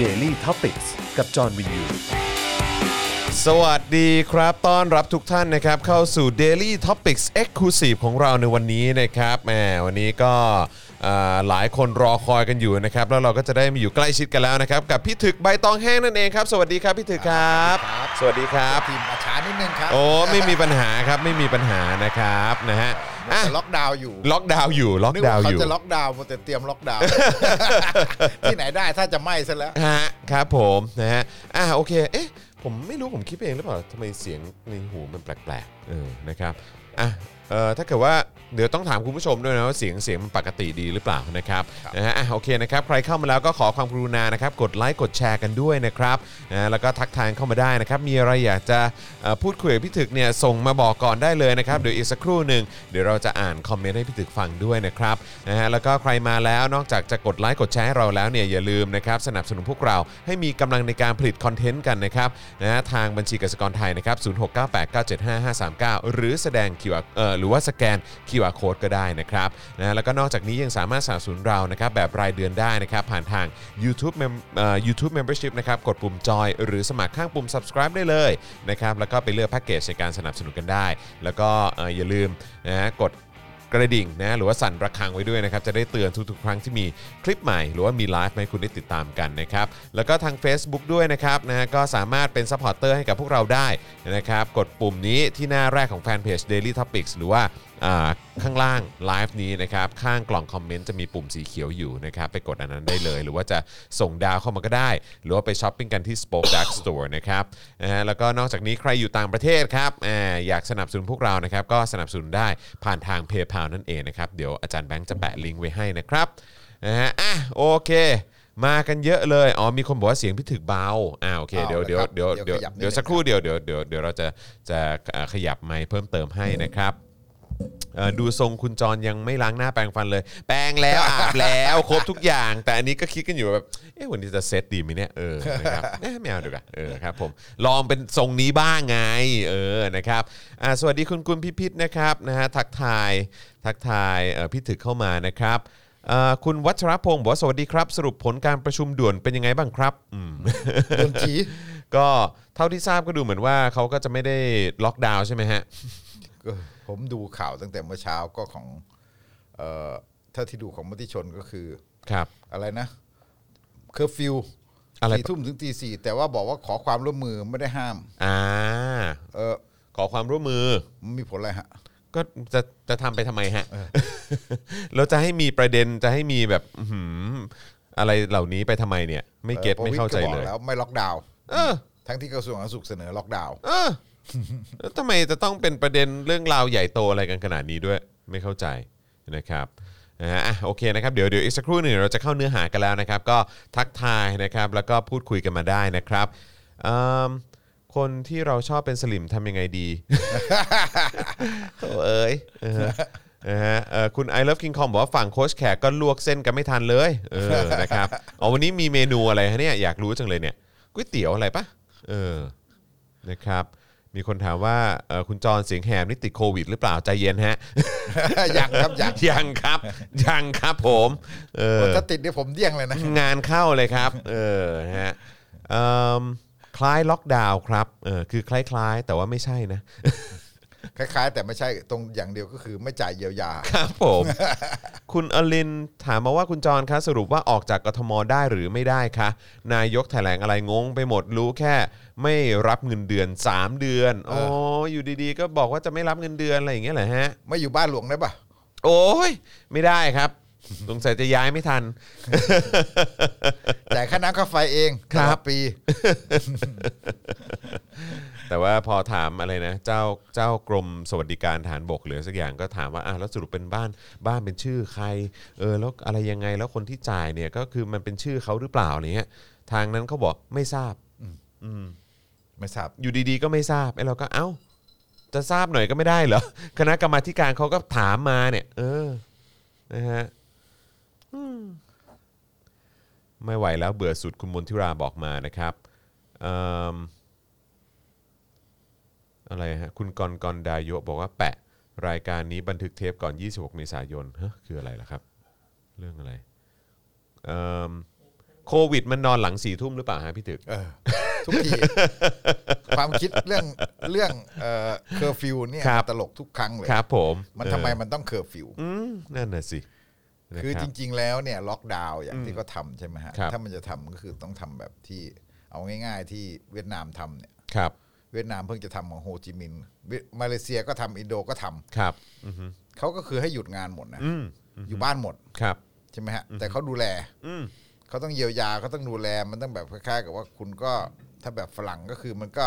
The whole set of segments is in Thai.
Daily t o p i c กกับจอห์นวินยู สวัสดีครับ ต้อนรับทุกท่านนะครับ เข้าสู่ Daily Topics Exclusive ของเราในวันนี้นะครับแหมวันนี้ก็เอ่อหลายคนรอคอยกันอยู่นะครับ แล้วเราก็จะได้มาอยู่ใกล้ชิดกันแล้วนะครับ กับพี่ถึกใบตองแห้งนั่นเองครับ สวัสดีครับพี่ถึกครับ สวัสดีครับ ทีมอาช้านิดนึงครับ โอ้ไม่มีปัญหาครับไม่มีปัญหานะครับนะฮะอ่ะ แต่ล็อกดาวน์อยู่ ล็อกดาวน์อยู่ล็อก นึ ดาวน์ เขา อยู่ จะล็อกดาวน์มัวแต่เตรียมล็อกดาว น์ ที่ไหนได้ถ้าจะไหม้ซะแล้ว ฮะครับผมนะฮะอ่ะโอเคเอ๊ะผมไม่รู้ผมคิดไปเองหรือเปล่าทำไมเสียงในหูมันแปลกๆเออนะครับอ่ะเอ่อถ้าเกิดว่าเดี๋ยวต้องถามคุณผู้ชมด้วยนะว่าเสียงเสียงมันปกติดีหรือเปล่านะครับนะฮะอ่ะโอเคนะครับใครเข้ามาแล้วก็ขอความกรุณานะครับกดไลค์กดแชร์กันด้วยนะครับนะแล้วก็ทักทายเข้ามาได้นะครับมีอะไรอยากจะเอ่อพูดคุยกับพี่ถึกเนี่ยส่งมาบอกก่อนได้เลยนะครับเดี๋ยวอีกสักครู่หนึ่งเดี๋ยวเราจะอ่านคอมเมนต์ให้พี่ถึกฟังด้วยนะครับนะฮะแล้วก็ใครมาแล้วนอกจากจะกดไลค์กดแชร์ให้เราแล้วเนี่ยอย่าลืมนะครับสนับสนุนพวกเราให้มีกำลังในการผลิตคอนเทนต์กันนะครับนะฮะทางบัญชีกสิกรไทยนะครับ0698975539 หรือแสดง QR เอ่อหรือว่าสแกน QR code ก็ได้นะครับนะฮะแล้วก็นอกจากนี้ยังสามารถสนับสนุนเรานะครับแบบรายเดือนได้นะครับผ่านทาง YouTube Mem เอ่อ YouTube Membership นะครับกดปุ่มจอยหรือสมัครข้างปุ่ม subscribe ได้เลยนะครับแล้วก็ไปเลือกแพ็กเกจในการสนับสนุนกันได้ แล้วก็เอ่ออย่าลืมนะฮะกด กระดิ่งนะหรือว่าสั่นระฆังไว้ด้วยนะครับ จะได้เตือนทุกๆ ครั้งที่มีคลิปใหม่ หรือว่ามีไลฟ์ให้คุณได้ติดตามกันนะครับ แล้วก็ทาง Facebook ด้วยนะครับนะฮะก็สามารถเป็นซัพพอร์ตเตอร์ให้กับพวกเราได้นะครับ กดปุ่มนี้ที่หน้าแรกของแฟนเพจ Daily Topics หรือว่าอ่าข้างล่างไลฟ์นี้นะครับ ข้างกล่องคอมเมนต์จะมีปุ่มสีเขียวอยู่นะครับ ไปกดอันนั้นได้เลย หรือว่าจะส่งดาวเข้ามาก็ได้ หรือว่าไปช้อปปิ้งกันที่ Spoke Dark Store นะครับนะฮะแล้วก็นอกจากนี้ใครอยู่ต่างประเทศครับอ่าอยากสนับสนุนพวกเรานะครับ ก็สนับสนุนได้ผ่านทาง PayPal นั่นเองนะครับ เดี๋ยวอาจารย์แบงค์จะแปะลิงก์ไว้ให้นะครับนะฮะอ่ะโอเค มากันเยอะเลยอ๋อมีคนบอกว่าเสียงพี่ถึกเบาอ่าโอเคเดี๋ยวเดี๋ยวเดี๋ยวเดี๋ยวเดี๋ยวสักครู่เดียวเดี๋ยวเดี๋ยวเดี๋ยวเราจะจะเอ่อขยับไมค์เพิ่มเติมให้นะครับ เอ่อดูทรงคุณจรยังไม่ล้างหน้าแปรงฟันเลย แปรงแล้วอาบแล้วครบทุกอย่าง แต่อันนี้ก็คิดกันอยู่แบบเอ๊ะวันนี้จะเซตดีไหมเนี่ยเออนะครับ เอ๊ะไม่เอาดีกว่าเออครับผมลองเป็นทรงนี้บ้างไงเออนะครับอ่าสวัสดีคุณกุลพิพิธนะครับนะฮะทักทายทักทายเอ่อพี่ถึกเข้ามานะครับเอ่อคุณวัชรพงศ์บอกว่าสวัสดีครับ สรุปผลการประชุมด่วนเป็นยังไงบ้างครับอืม โดนจี ก็เท่าที่ทราบก็ดูเหมือนว่าเขาก็จะไม่ได้ล็อกดาวน์ใช่ไหมฮะ ผมดูข่าวตั้งแต่เมื่อเช้าก็ของเอ่อถ้าที่ดูของมติชนก็คือ ครับ อะไรนะเคอร์ฟิว อะไร สี่ทุ่มถึงตีสี่แต่ว่าบอกว่าขอความร่วมมือไม่ได้ห้าม อ่า เออ ขอความร่วมมือ มีผลอะไรฮะ ก็จะจะทำไปทำไมฮะ แล้วจะให้มีประเด็นจะให้มีแบบอื้อหืออะไรเหล่านี้ไปทำไมเนี่ย ไม่เก็ต ออ ไม่เข้าใจ พระวิทย์ก็บ เล อก ย แล้วไม่ล็อกดาวน์ เออ ทั้งที่กระทรวงสาธารณสุขเสนอล็อกดาวน์ เอ อ แล้วทำไมจะต้องเป็นประเด็นเรื่องราวใหญ่โตอะไรกันขนาดนี้ด้วย ไม่เข้าใจนะครับนะฮะอ่ะโอเคนะครับเดี๋ยวเดี๋ยวอีกสักครู่หนึ่งเราจะเข้าเนื้อหากันแล้วนะครับ ก็ทักทายนะครับ แล้วก็พูดคุยกันมาได้นะครับเอิ่มคนที่เราชอบเป็นสลิมทำยังไงดี โถ่เอ้ยเอ อนะฮะเอ่อคุณ I love King Kong บอกว่าฝั่งโค้ชแขกก็ลวกเส้นกันไม่ทันเลยเอ อนะครับอ๋อวันนี้มีเมนูอะไรฮะเนี่ยอยากรู้จังเลยเนี่ยก๋วยเตี๋ยวอะไรปะเออ นะครับ มีคนถามว่าเอ่อคุณจรเสียงแหบนี่ติดโควิดหรือเปล่า ใจเย็นฮะ ยังครับยัง ยังครับ ยังครับผมเออ ถ้าติดเนี่ยผมเดี่ยงเลยนะ งานเข้าเลยครับ เออนะฮะเอิ่มคล้ายล็อกดาวน์ครับเออคือคล้ายๆ แต่ว่าไม่ใช่นะ คล้ายๆ แต่ไม่ใช่ตรงอย่างเดียวก็คือไม่จ่ายเยียวยา ครับผม คุณอลินถามมาว่าคุณจรคะสรุปว่าออกจากกทมได้หรือไม่ได้คะ นายกแถลงอะไรงงไปหมดรู้แค่ ไม่รับเงินเดือน 3 เดือนอ๋ออยู่ดีๆ ก็บอกว่าจะไม่รับเงินเดือนอะไรอย่างเงี้ยเหรอฮะ ไม่อยู่บ้านหลวงได้ปะ โอ้ยไม่ได้ครับ สงสัยจะย้ายไม่ทัน จ่ายค่าน้ำค่าไฟเอง ครับ แต่ละปี แต่ว่าพอถามอะไรนะ เจ้าเจ้ากรมสวัสดิการฐานบกหรือสักอย่างก็ถามว่าอ่ะแล้วสรุปเป็นบ้านบ้านเป็นชื่อใครเออแล้วอะไรยังไงแล้วคนที่จ่ายเนี่ยก็คือมันเป็นชื่อเขาหรือเปล่าอะไรเงี้ยทางนั้นเขาบอกไม่ทราบ ไม่ทราบ อยู่ดีๆ ก็ไม่ทราบไอ้เราก็เอ้า จะทราบหน่อยก็ไม่ได้เหรอ คณะกรรมาธิการเขาก็ถามมาเนี่ย เออนะฮะอืมไม่ไหวแล้วเบื่อสุดคุณมนทิราบอกมานะครับเอิ่มอะไรฮะคุณกรกรดายโยบอกว่าแปะ รายการนี้บันทึกเทปก่อน 26 เมษายนฮะคืออะไรล่ะครับ เรื่องอะไรเอิ่ม โควิดมันนอนหลังสี่ทุ่มหรือเปล่าฮะพี่ตึก เออทุกที ความคิดเรื่องเรื่องเอ่อเคอร์ฟิวเนี่ย ครับ ตลกทุกครั้งเลย ครับผม มันทำไม เออ มันต้องเคอร์ฟิว อืมนั่นน่ะสินะ คือ รับ จริง ๆ แล้วเนี่ยล็อกดาวน์อย่างที่เขาทำใช่ไหมฮะ ครับ ถ้ามันจะทำก็คือต้องทำแบบที่เอาง่าย ๆ ที่เวียดนามทำเนี่ย ครับ เวียดนามเพิ่งจะทำของโฮจิมินห์เวียมาเลเซียก็ทำอินโดก็ทำ ครับอือฮึ เขาก็คือให้หยุดงานหมดนะ อืม อยู่บ้านหมด ครับ ใช่ไหมฮะแต่เขาดูแล อืม เขาต้องเยียวยาเขาต้องดูแลมันต้องแบบคล้ายๆกับว่าคุณก็ถ้าแบบฝรั่งก็คือมันก็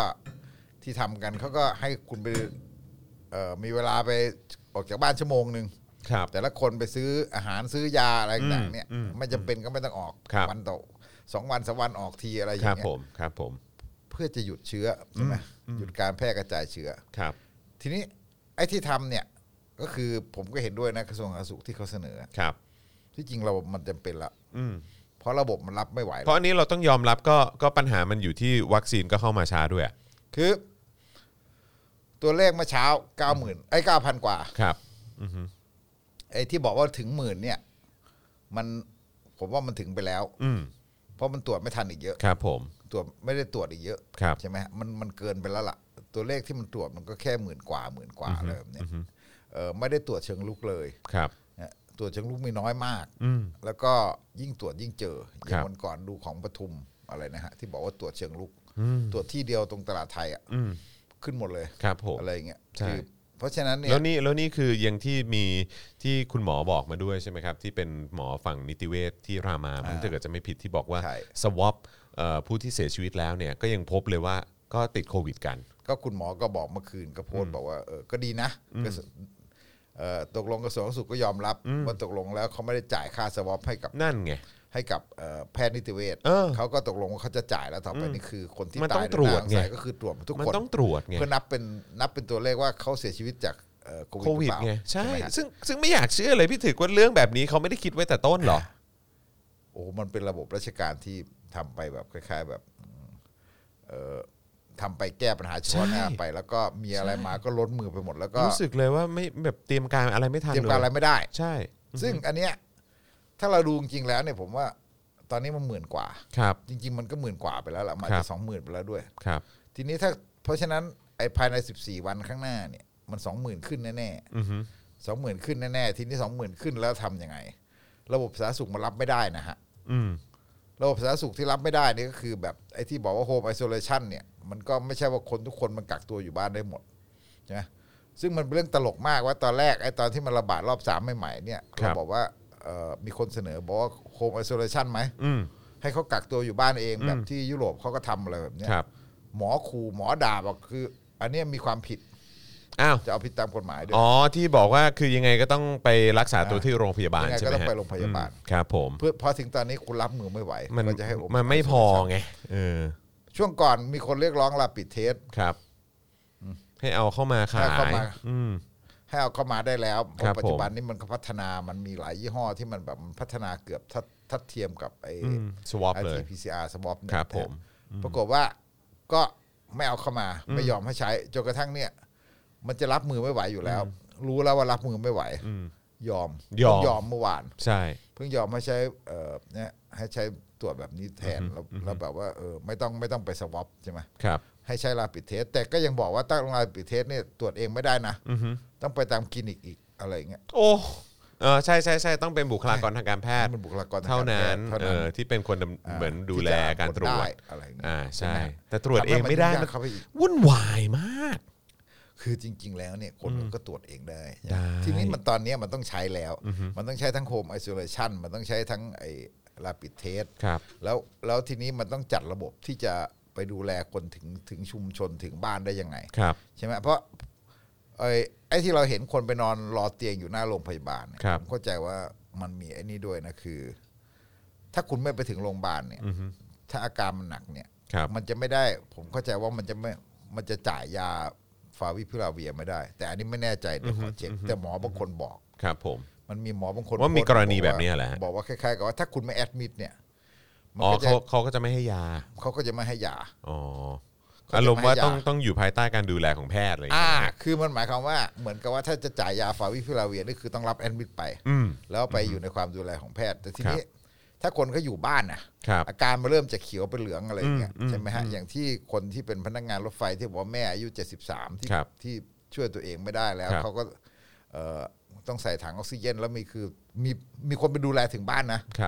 ที่ทำกันเขาก็ให้คุณไปเอ่อมีเวลาไปออกจากบ้านชั่วโมงหนึ่ง ครับ แต่ละคนไปซื้ออาหารซื้อยาอะไรต่างๆเนี่ย อืมอืม ไม่จำเป็นก็ไม่ต้องออก ครับ วันต่อสองวันสามวันออกทีอะไรอ ค ย่า รับงเงี้ ผ ย มครับผม เพื่อจะหยุดเชื้อใช่ไหมหยุดการแพร่กระจายเชื้อ ครับ ทีนี้ไอ้ที่ทำเนี่ยก็คือผมก็เห็นด้วยนะกระทรวงสาธารณสุขที่เขาเสนอ ครับ ที่จริงเรามันจำเป็นละ อืม เพราะระบบมันรับไม่ไหว เพราะอันนี้เราต้องยอมรับก็ก็ปัญหามันอยู่ที่วัคซีนก็เข้ามาช้าด้วยอะ คือ ตัวเลขเมื่อเช้าเก้าหมื่นไอ้เก้าพันกว่า ครับ ไอ้ที่บอกว่าถึงหมื่นเนี่ย มันผมว่ามันถึงไปแล้ว อืม เพราะมันตรวจไม่ทันอีกเยอะ ครับผม ตรวจไม่ได้ตรวจอีกเยอะ ครับ ใช่ไหมฮะมันมันเกินไปแล้วล่ะ ตัวเลขที่มันตรวจมันก็แค่หมื่นกว่าหมื่นกว่าอะไรแบบเนี้ยเออไม่ได้ตรวจเชิงลุกเลย ครับ นะตรวจเชิงลุกมีน้อยมาก อืม แล้วก็ยิ่งตรวจยิ่งเจออ ครั ย่าง บ วันก่อนดูของปทุมอะไรนะฮะที่บอกว่าตรวจเชิงลุกตรวจที่เดียวตรงตลาดไทยอ่ะ อืม ขึ้นหมดเลย ครับผม อะไรอย่างเงี้ย ใช่ คือเพราะฉะนั้นเนี่ย แล้วนี่แล้วนี่คืออย่างที่มีที่คุณหมอบอกมาด้วยใช่ไหมครับ ที่เป็นหมอฝั่งนิติเวชที่รามามันถ้าเกิดจะไม่ผิดที่บอกว่า ใช่ สวอปผู้ที่เสียชีวิตแล้วเนี่ยก็ยังพบเลยว่าก็ติดโควิดกัน ก็คุณหมอก็บอกเมื่อคืนก็โพสต์บอกว่าเออก็ดีนะกระทรวงเอ่อตกลงกระทรวงสาธารณสุขก็ยอมรับว่าตกลงแล้วเขาไม่ได้จ่ายค่าสวอปให้กับ นั่นไง ให้กับเอ่อแพทย์นิติเวช เออ เขาก็ตกลงว่าเขาจะจ่ายแล้วต่อไปนี่คือคนที่ มัน ตา ต้อย งตรวจ ในน่าสงสัย ไง ก็คือตรวจทุก มัน คน ต้องตรวจไง เพื่อนับเป็นนับเป็นตัวเลขว่าเขาเสียชีวิตจากเอ่อ โค โควิ วิ ด ด หรือเปล่า ไงใช่ ไหมฮะ ซึ่งซึ่งไม่อยากเชื่อเลยพี่ถือว่าเรื่องแบบนี้เขาไม่ได้คิดไว้แต่ต้นหรอ โอ้โหมันเป็นระบบราชการที่ทำไปแบบคล้าย ๆ แบบเอ่อทำไปแก้ปัญหาเฉพาะหน้า ใช่ ไป แล้วก็มีอะไรมาก็ล้นมือไปหมด แล้วก็ รู้สึกเลยว่าไม่แบบเตรียมการอะไรไม่ทัน เตรียมการอะไร ล ไม่ได้ ใช่ ซึ่งอันเนี้ยถ้าเราดูจริงๆแล้วเนี่ยผมว่า ตอนนี้มันหมื่นกว่า ครับ จริง ๆ มันก็หมื่นกว่าไปแล้วละมา ครั จะ บ สองหมื่นไปแล้วด้วย ครับ ทีนี้ถ้าเพราะฉะนั้นไอ้ภายใน 14 วันข้างหน้าเนี่ยมัน 20,000 ขึ้นแน่ อือฮึ ๆ20,000 ขึ้นแน่ๆทีนี้ 20,000 ขึ้นแล้วทำยังไง ระบบสาธารณสุขมันรับไม่ได้นะฮะ อืม ระบบสาธารณสุขที่รับไม่ได้นี่ก็คือแบบไอ้ที่บอกว่าโฮมไอโซเลชันเนี่ยมันก็ไม่ใช่ว่าคนทุกคนมันกักตัวอยู่บ้านได้หมดใช่ไหมซึ่งมันเป็นเรื่องตลกมากว่าตอนแรกไอ้ตอนที่มันระบาดรอบสามใหม่ๆเนี่ยเราบอกว่าเอ่อมีคนเสนอบอกว่าโฮมไอโซเลชันไหม อืม ให้เขากักตัวอยู่บ้านเองแบบที่ยุโรปเขาก็ทำอะไรแบบเนี้ย ครับ หมอขู่หมอด่าบอกคือ อันเนี้ยมีความผิด อ้าว จะเอาผิดตามกฎหมายด้วย อ๋อที่บอกว่าคือยังไงก็ต้องไปรักษาตัวที่โรงพยาบาล ยังไงก็ ใช่ไหม ต้อง ฮะ ไปโรงพยาบาล อืมครับผม เพื่อเพราะถึงตอนนี้คุณรับมือไม่ไหว มัน ก็จะให้ มันไม่พอไงเออ ช่วงก่อนมีคนเรียกร้องลาปิดเทส ครับ ให้เอาเข้ามาขา ให้เข้าย มา อืม ให้เอาเข้ามาได้แล้วเพ ครั ราะ บ ปัจจุบันนี้มันก็พัฒนามันมีหลายยี่ห้อที่มันแบบมันพัฒนาเกือบทัดทัดเทียมกับไอ้ สวอปเลย RT-PCR swab เนี่ย ครับผม ปรากฏว่าก็ไม่เอาเข้ามาไม่ยอมให้ใช้จนกระทั่งเนี่ย มันจะรับมือไม่ไหวอยู่แล้ว รู้แล้วว่ารับมือไม่ไหวยอม ยอม ยอมเมื่อวาน ใช่ เพิ่งยอมให้ใช้เอ่อเนี่ยให้ใช้ตรวจแบบนี้แทนแล้วแล้วแบบว่าเออไม่ต้องไม่ต้องไปสวอปใช่ไหม ครับ ให้ใช้ลาปิดเทส แต่ก็ยังบอกว่าตั้งลาปิดเทสเนี่ยตรวจเองไม่ได้นะต้องไปตามคลินิกอีกอะไรอย่างเงี้ย โอ้เออใช่ใช่ใช่ต้องเป็นบุคลากรทางการแพท ให้ ย์ มันบุคลากรทงกร เท่านั้น แพทย์เท่า เอ นั้น อที่เป็นคนดำ า เหมือนดู ที่ แล จะ การตรวจ ได้อะไรอย่างเงี้ย อ่าใช่ ไหม แต่ตรวจเองไม่ได้ ทำมันให้นยากเข้าปอีก วุ่นวายมาก คือจริง ๆ แล้วเนี่ยคนมันก็ตรวจเองได้ ได้ ทีนี้มันตอนเนี้ยมันต้องใช้แล้ว มันต้องใช้ทั้งโฮมไอโซเลชันมันต้องใช้ทั้งไอลาปิดเทส ครับ แล้วแล้วทีนี้มันต้องจัดระบบที่จะไปดูแลคนถึงถึงชุมชนถึงบ้านได้ยังไง ครับ ใช่ไหมเพราะไอ้ไอ้ที่เราเห็นคนไปนอนรอเตียงอยู่หน้าโรงพยาบาลเนี่ย ครับ ผมเข้าใจว่ามันมีไอ้นี่ด้วยนะคือ ถ้าคุณไม่ไปถึงโรงพยาบาลเนี่ยถ้าอาการมันหนักเนี่ย ครับ มันจะไม่ได้ ผมเข้าใจว่ามันจะไม่มันจะจ่ายยาฟาวิพิลาเวียไม่ได้ แต่อันนี้ไม่แน่ใจเดี๋ยวขอเช็คแต่หมอบางคนบอก ครับผม มันมีหมอบางคน ว่ามี โพสต์ กรณีแบบนี้เหรอฮะ บอกว่าคล้ายๆกับว่าถ้าคุณไม่แอดมิดเนี่ยมัน อ๋อ ก็จะ เขาเขาก็จะไม่ให้ยา เขาก็จะไม่ให้ยา อ๋อ เขาจะ อารมณ์ว่า ไม่ให้ยา ต้องต้องอยู่ภายใต้การดูแลของแพทย์อะไรอย่าง อ่า เงี้ย คือมันหมายความว่าเหมือนกับว่าถ้าจะจ่ายยาฟาวิพิลาเวียนี่คือต้องรับแอดมิดไป อืม แล้วไปอยู่ในความดูแลของแพทย์ แต่ทีนี้ ถ้าคนเขาอยู่บ้านน่ะ ครับ อาการมันเริ่มจะเขียวเป็นเหลืองอะไรอย่างเงี้ย อืม ใช่ไหมฮะ อืม อย่างที่คนที่เป็นพนักงานรถไฟที่บอกว่าแม่อายุ 73 ที่ ครับ ที่ช่วยตัวเองไม่ได้แล้ว ครับ เขาก็เอ่อต้องใส่ถังออกซิเจน แล้วมีคือมีมีคนไปดูแลถึงบ้านนะครับ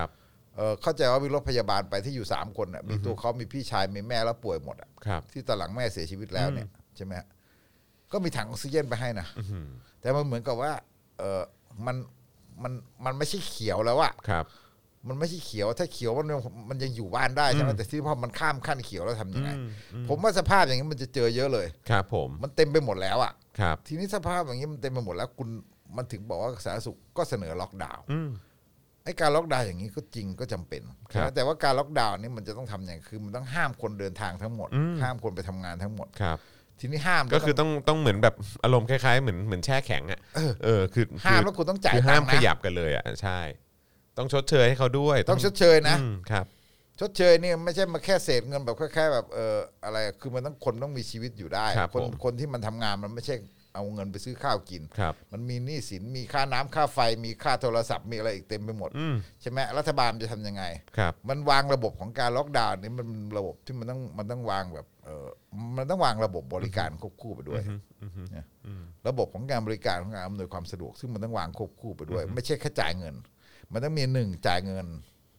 เอ่อเข้าใจว่ามีรถพยาบาลไปที่อยู่ 3 คนน่ะมีตัวเขามีพี่ชายมีแม่แล้วป่วยหมดอะ ครับ ที่ตอนหลังแม่เสียชีวิตแล้วเนี่ยใช่ไหมฮะก็มีถังออกซิเจนไปให้นะแต่มันเหมือนกับว่าเออมันมันมันไม่ใช่เขียวแล้วอะ ครับ มันไม่ใช่เขียวถ้าเขียวมันยังมันยังอยู่บ้านได้ใช่ไหมแต่ที่พอมันข้ามขั้นเขียวแล้วทำยังไง ผมว่าสภาพอย่างนี้มันจะเจอเยอะเลย ครับผม มันเต็มไปหมดแล้วอ่ะ ครับ ทีนี้สภาพอย่างนี้มันเต็มไปหมดแล้วคุณมันถึงบอกว่าสาธารณสุขก็เสนอล็อกดาวน์ อืม ไอ้การล็อกดาวน์อย่างนี้ก็จริงก็จำเป็น ครับ นะแต่ว่าการล็อกดาวน์นี่มันจะต้องทำอย่างคือมันต้องห้ามคนเดินทางทั้งหมด อืม ห้ามคนไปทำงานทั้งหมด ครับ ทีนี้ห้าม ก็คือต้องต้องเหมือนแบบอารมณ์คล้าย ๆ เหมือนเหมือนแช่แข็งอ่ะเออคือ ห้าม คือ แล้วคุณต้องจ่าย คือห้าม ตังค์ ข นะ ยับกันเลยอ่ะใช่ ต้องชดเชยให้เขาด้วย ต้องชดเชยนะ อืมครับ ชดเชยเนี่ยไม่ใช่มาแค่เศษเงินแบบแค่แบบเอออะไรคือมันต้องคนต้องมีชีวิตอยู่ได้ ครับ คน ผม คนที่มันทำงานมันไม่ใช่เอาเงินไปซื้อข้าวกิน ครับ มันมีหนี้สินมีค่าน้ำค่าไฟ มีค่าโทรศัพท์มีอะไรอีกเต็มไปหมด อืม ใช่ไหมรัฐบาลจะทำยังไง ครับ มันวางระบบของการล็อกดาวน์นี่มันระบบที่มันต้องมันต้องวางแบบเออมันต้องวางระบบบริการควบคู่ไปด้วยนะระบบของการบริการของการอำนวยความสะดวก ซึ่งมันต้องวางควบคู่ไปด้วย ไม่ใช่แค่จ่ายเงิน มันต้องมีหนึ่งจ่ายเงิน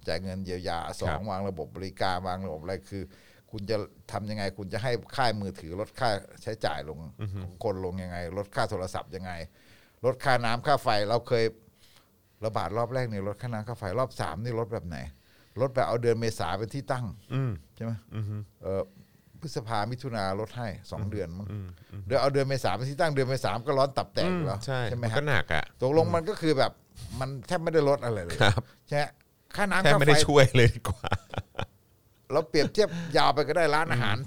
จ่ายเงินเยียวยาสองวางระบบบริการวางระบบอะไรคือ คุณจะทำยังไง คุณจะให้ค่ายมือถือลดค่าใช้จ่ายลงของคนลงยังไง ลดค่าโทรศัพท์ยังไง ลดค่าน้ำค่าไฟเราเคย ระบาดรอบแรกนี่ลดค่าน้ำค่าไฟรอบสามนี่ลดแบบไหนลดแบบเอาเดือนเมษาเป็นที่ตั้ง อืม ใช่ไหมเออพฤษภามิถุนาลดให้สองเดือนมั้งเดี๋ยวเอาเดือนเมษาเป็นที่ตั้งเดือนเมษามันก็ร้อนตับแตกอยู่แล้ว ใช่ ไหม มัน ฮะ ก็หนักอ่ะ ตกลงมันก็คือแบบมันแทบไม่ได้ลดอะไรเลย ครับ ใช่ไหมค่าน้ำ แทบ ค่า ไม่ ไฟ ได้ช่วยเลยดีกว่า เราเปรียบเทียบยาวไปก็ได้ร้านอาหาร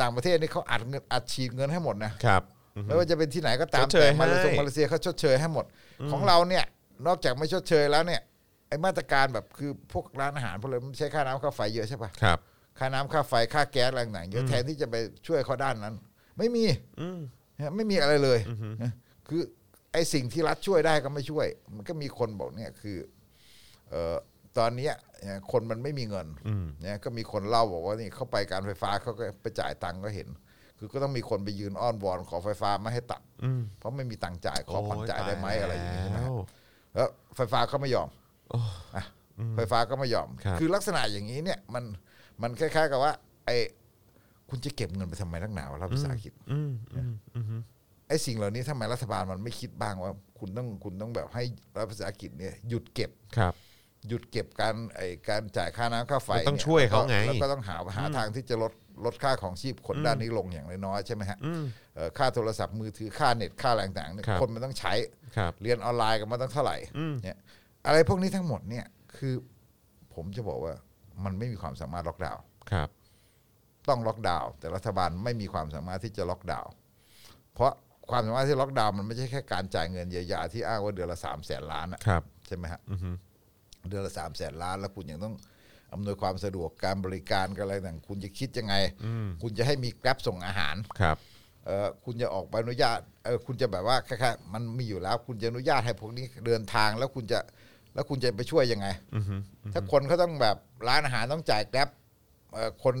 ต่างประเทศนี่เขาอัดเงินอัดฉีดเงินให้หมดนะ ครับ ไม่ว่าจะเป็นที่ไหนก็ตาม ชดเช แต่ ยให้ มาเลเซียมาเลเซียเขาชดเชยให้หมด ของเราเนี่ย นอกจากไม่ชดเชยแล้วเนี่ยไอมาตรการแบบคือพวกร้านอาหารพวกอะไรมันใช้ค่าน้ำค่าไฟเยอะใช่ปะ ครับ ค่าน้ำค่าไฟค่าแก๊สอะไรต่างๆเยอะแทนที่จะไปช่วยเขาด้านนั้น ไม่มีนะไม่มีอะไรเลยนะคือไอสิ่งที่รัฐช่วยได้ก็ไม่ช่วย มันก็มีคนบอกเนี่ยคือเออตอนเนี้ยเนี่ยคนมันไม่มีเงินเนี่ยก็มีคนเล่าบอกว่านี่เขาไปการไฟฟ้าเขาก็ไปจ่ายตังค์ก็เห็น คือก็ต้องมีคนไปยืนอ้อนวอนขอไฟฟ้าไม่ให้ตัด อืม เพราะไม่มีตังค์จ่ายขอผ่อนจ่ายได้ไหมอะไรอย่างเงี้ยใช่ไหม โอ้ แล้วไฟฟ้าก็ไม่ยอม โอ้ อ่ะไฟฟ้าก็ไม่ยอม ครับ อลักษณะอย่างนี้เนี่ยมันมันคล้าย ๆ กับว่า ไอ้คุณจะเก็บเงินไปทำไมนักหนาวะรัฐวิสาหกิจ อืมอืมอืม ไอ้สิ่งเหล่านี้ทำไมรัฐบาลมันไม่คิดบ้างว่า คุณต้องคุณต้องแบบให้รัฐวิสาหกิจเนี่ยหยุดเก็บ ครับ หยุดเก็บการไอ้การจ่ายค่าน้ำค่าไฟ มันต้อง นี่ ช่วยเขาไง แล้วก็ต้องหาหาทางที่จะลดลดค่าของชีพคนด้านนี้ลงอย่างน้อยๆใช่ไหมฮะเอ่อค่าโทรศัพท์มือถือค่าเน็ตค่าอะไรต่างๆเนี่ย ครับ คนมันต้องใช้ ครับ เรียนออนไลน์กันมาตั้งเท่าไหร่ อืม เนี่ยอะไรพวกนี้ทั้งหมดเนี่ยคือผมจะบอกว่ามันไม่มีความสามารถล็อกดาวน์ ครับ ต้องล็อกดาวน์แต่รัฐบาลไม่มีความสามารถที่จะล็อกดาวน์เพราะความสามารถที่ล็อกดาวน์มันไม่ใช่แค่การจ่ายเงินเยียวยาที่อ้างว่าเดือนละสามแสนล้านอะ ครับ ใช่ไหมฮะ อือฮึ เดือนละสามแสนล้าน แล้วคุณยังต้องอำนวยความสะดวกการบริการกันอะไรต่างคุณจะคิดยังไง อืม คุณจะให้มีแกร็บส่งอาหาร ครับ เอ่อคุณจะออกใบอนุญาตเอ่อคุณจะแบบว่าคล้ายๆมันมีอยู่แล้ว คุณจะอนุญาตให้พวกนี้เดินทางแล้วคุณจะแล้วคุณจะไปช่วยยังไงถ้าคนเขาต้องแบบร้านอาหารต้องจ่ายแกร็บเอ่อคน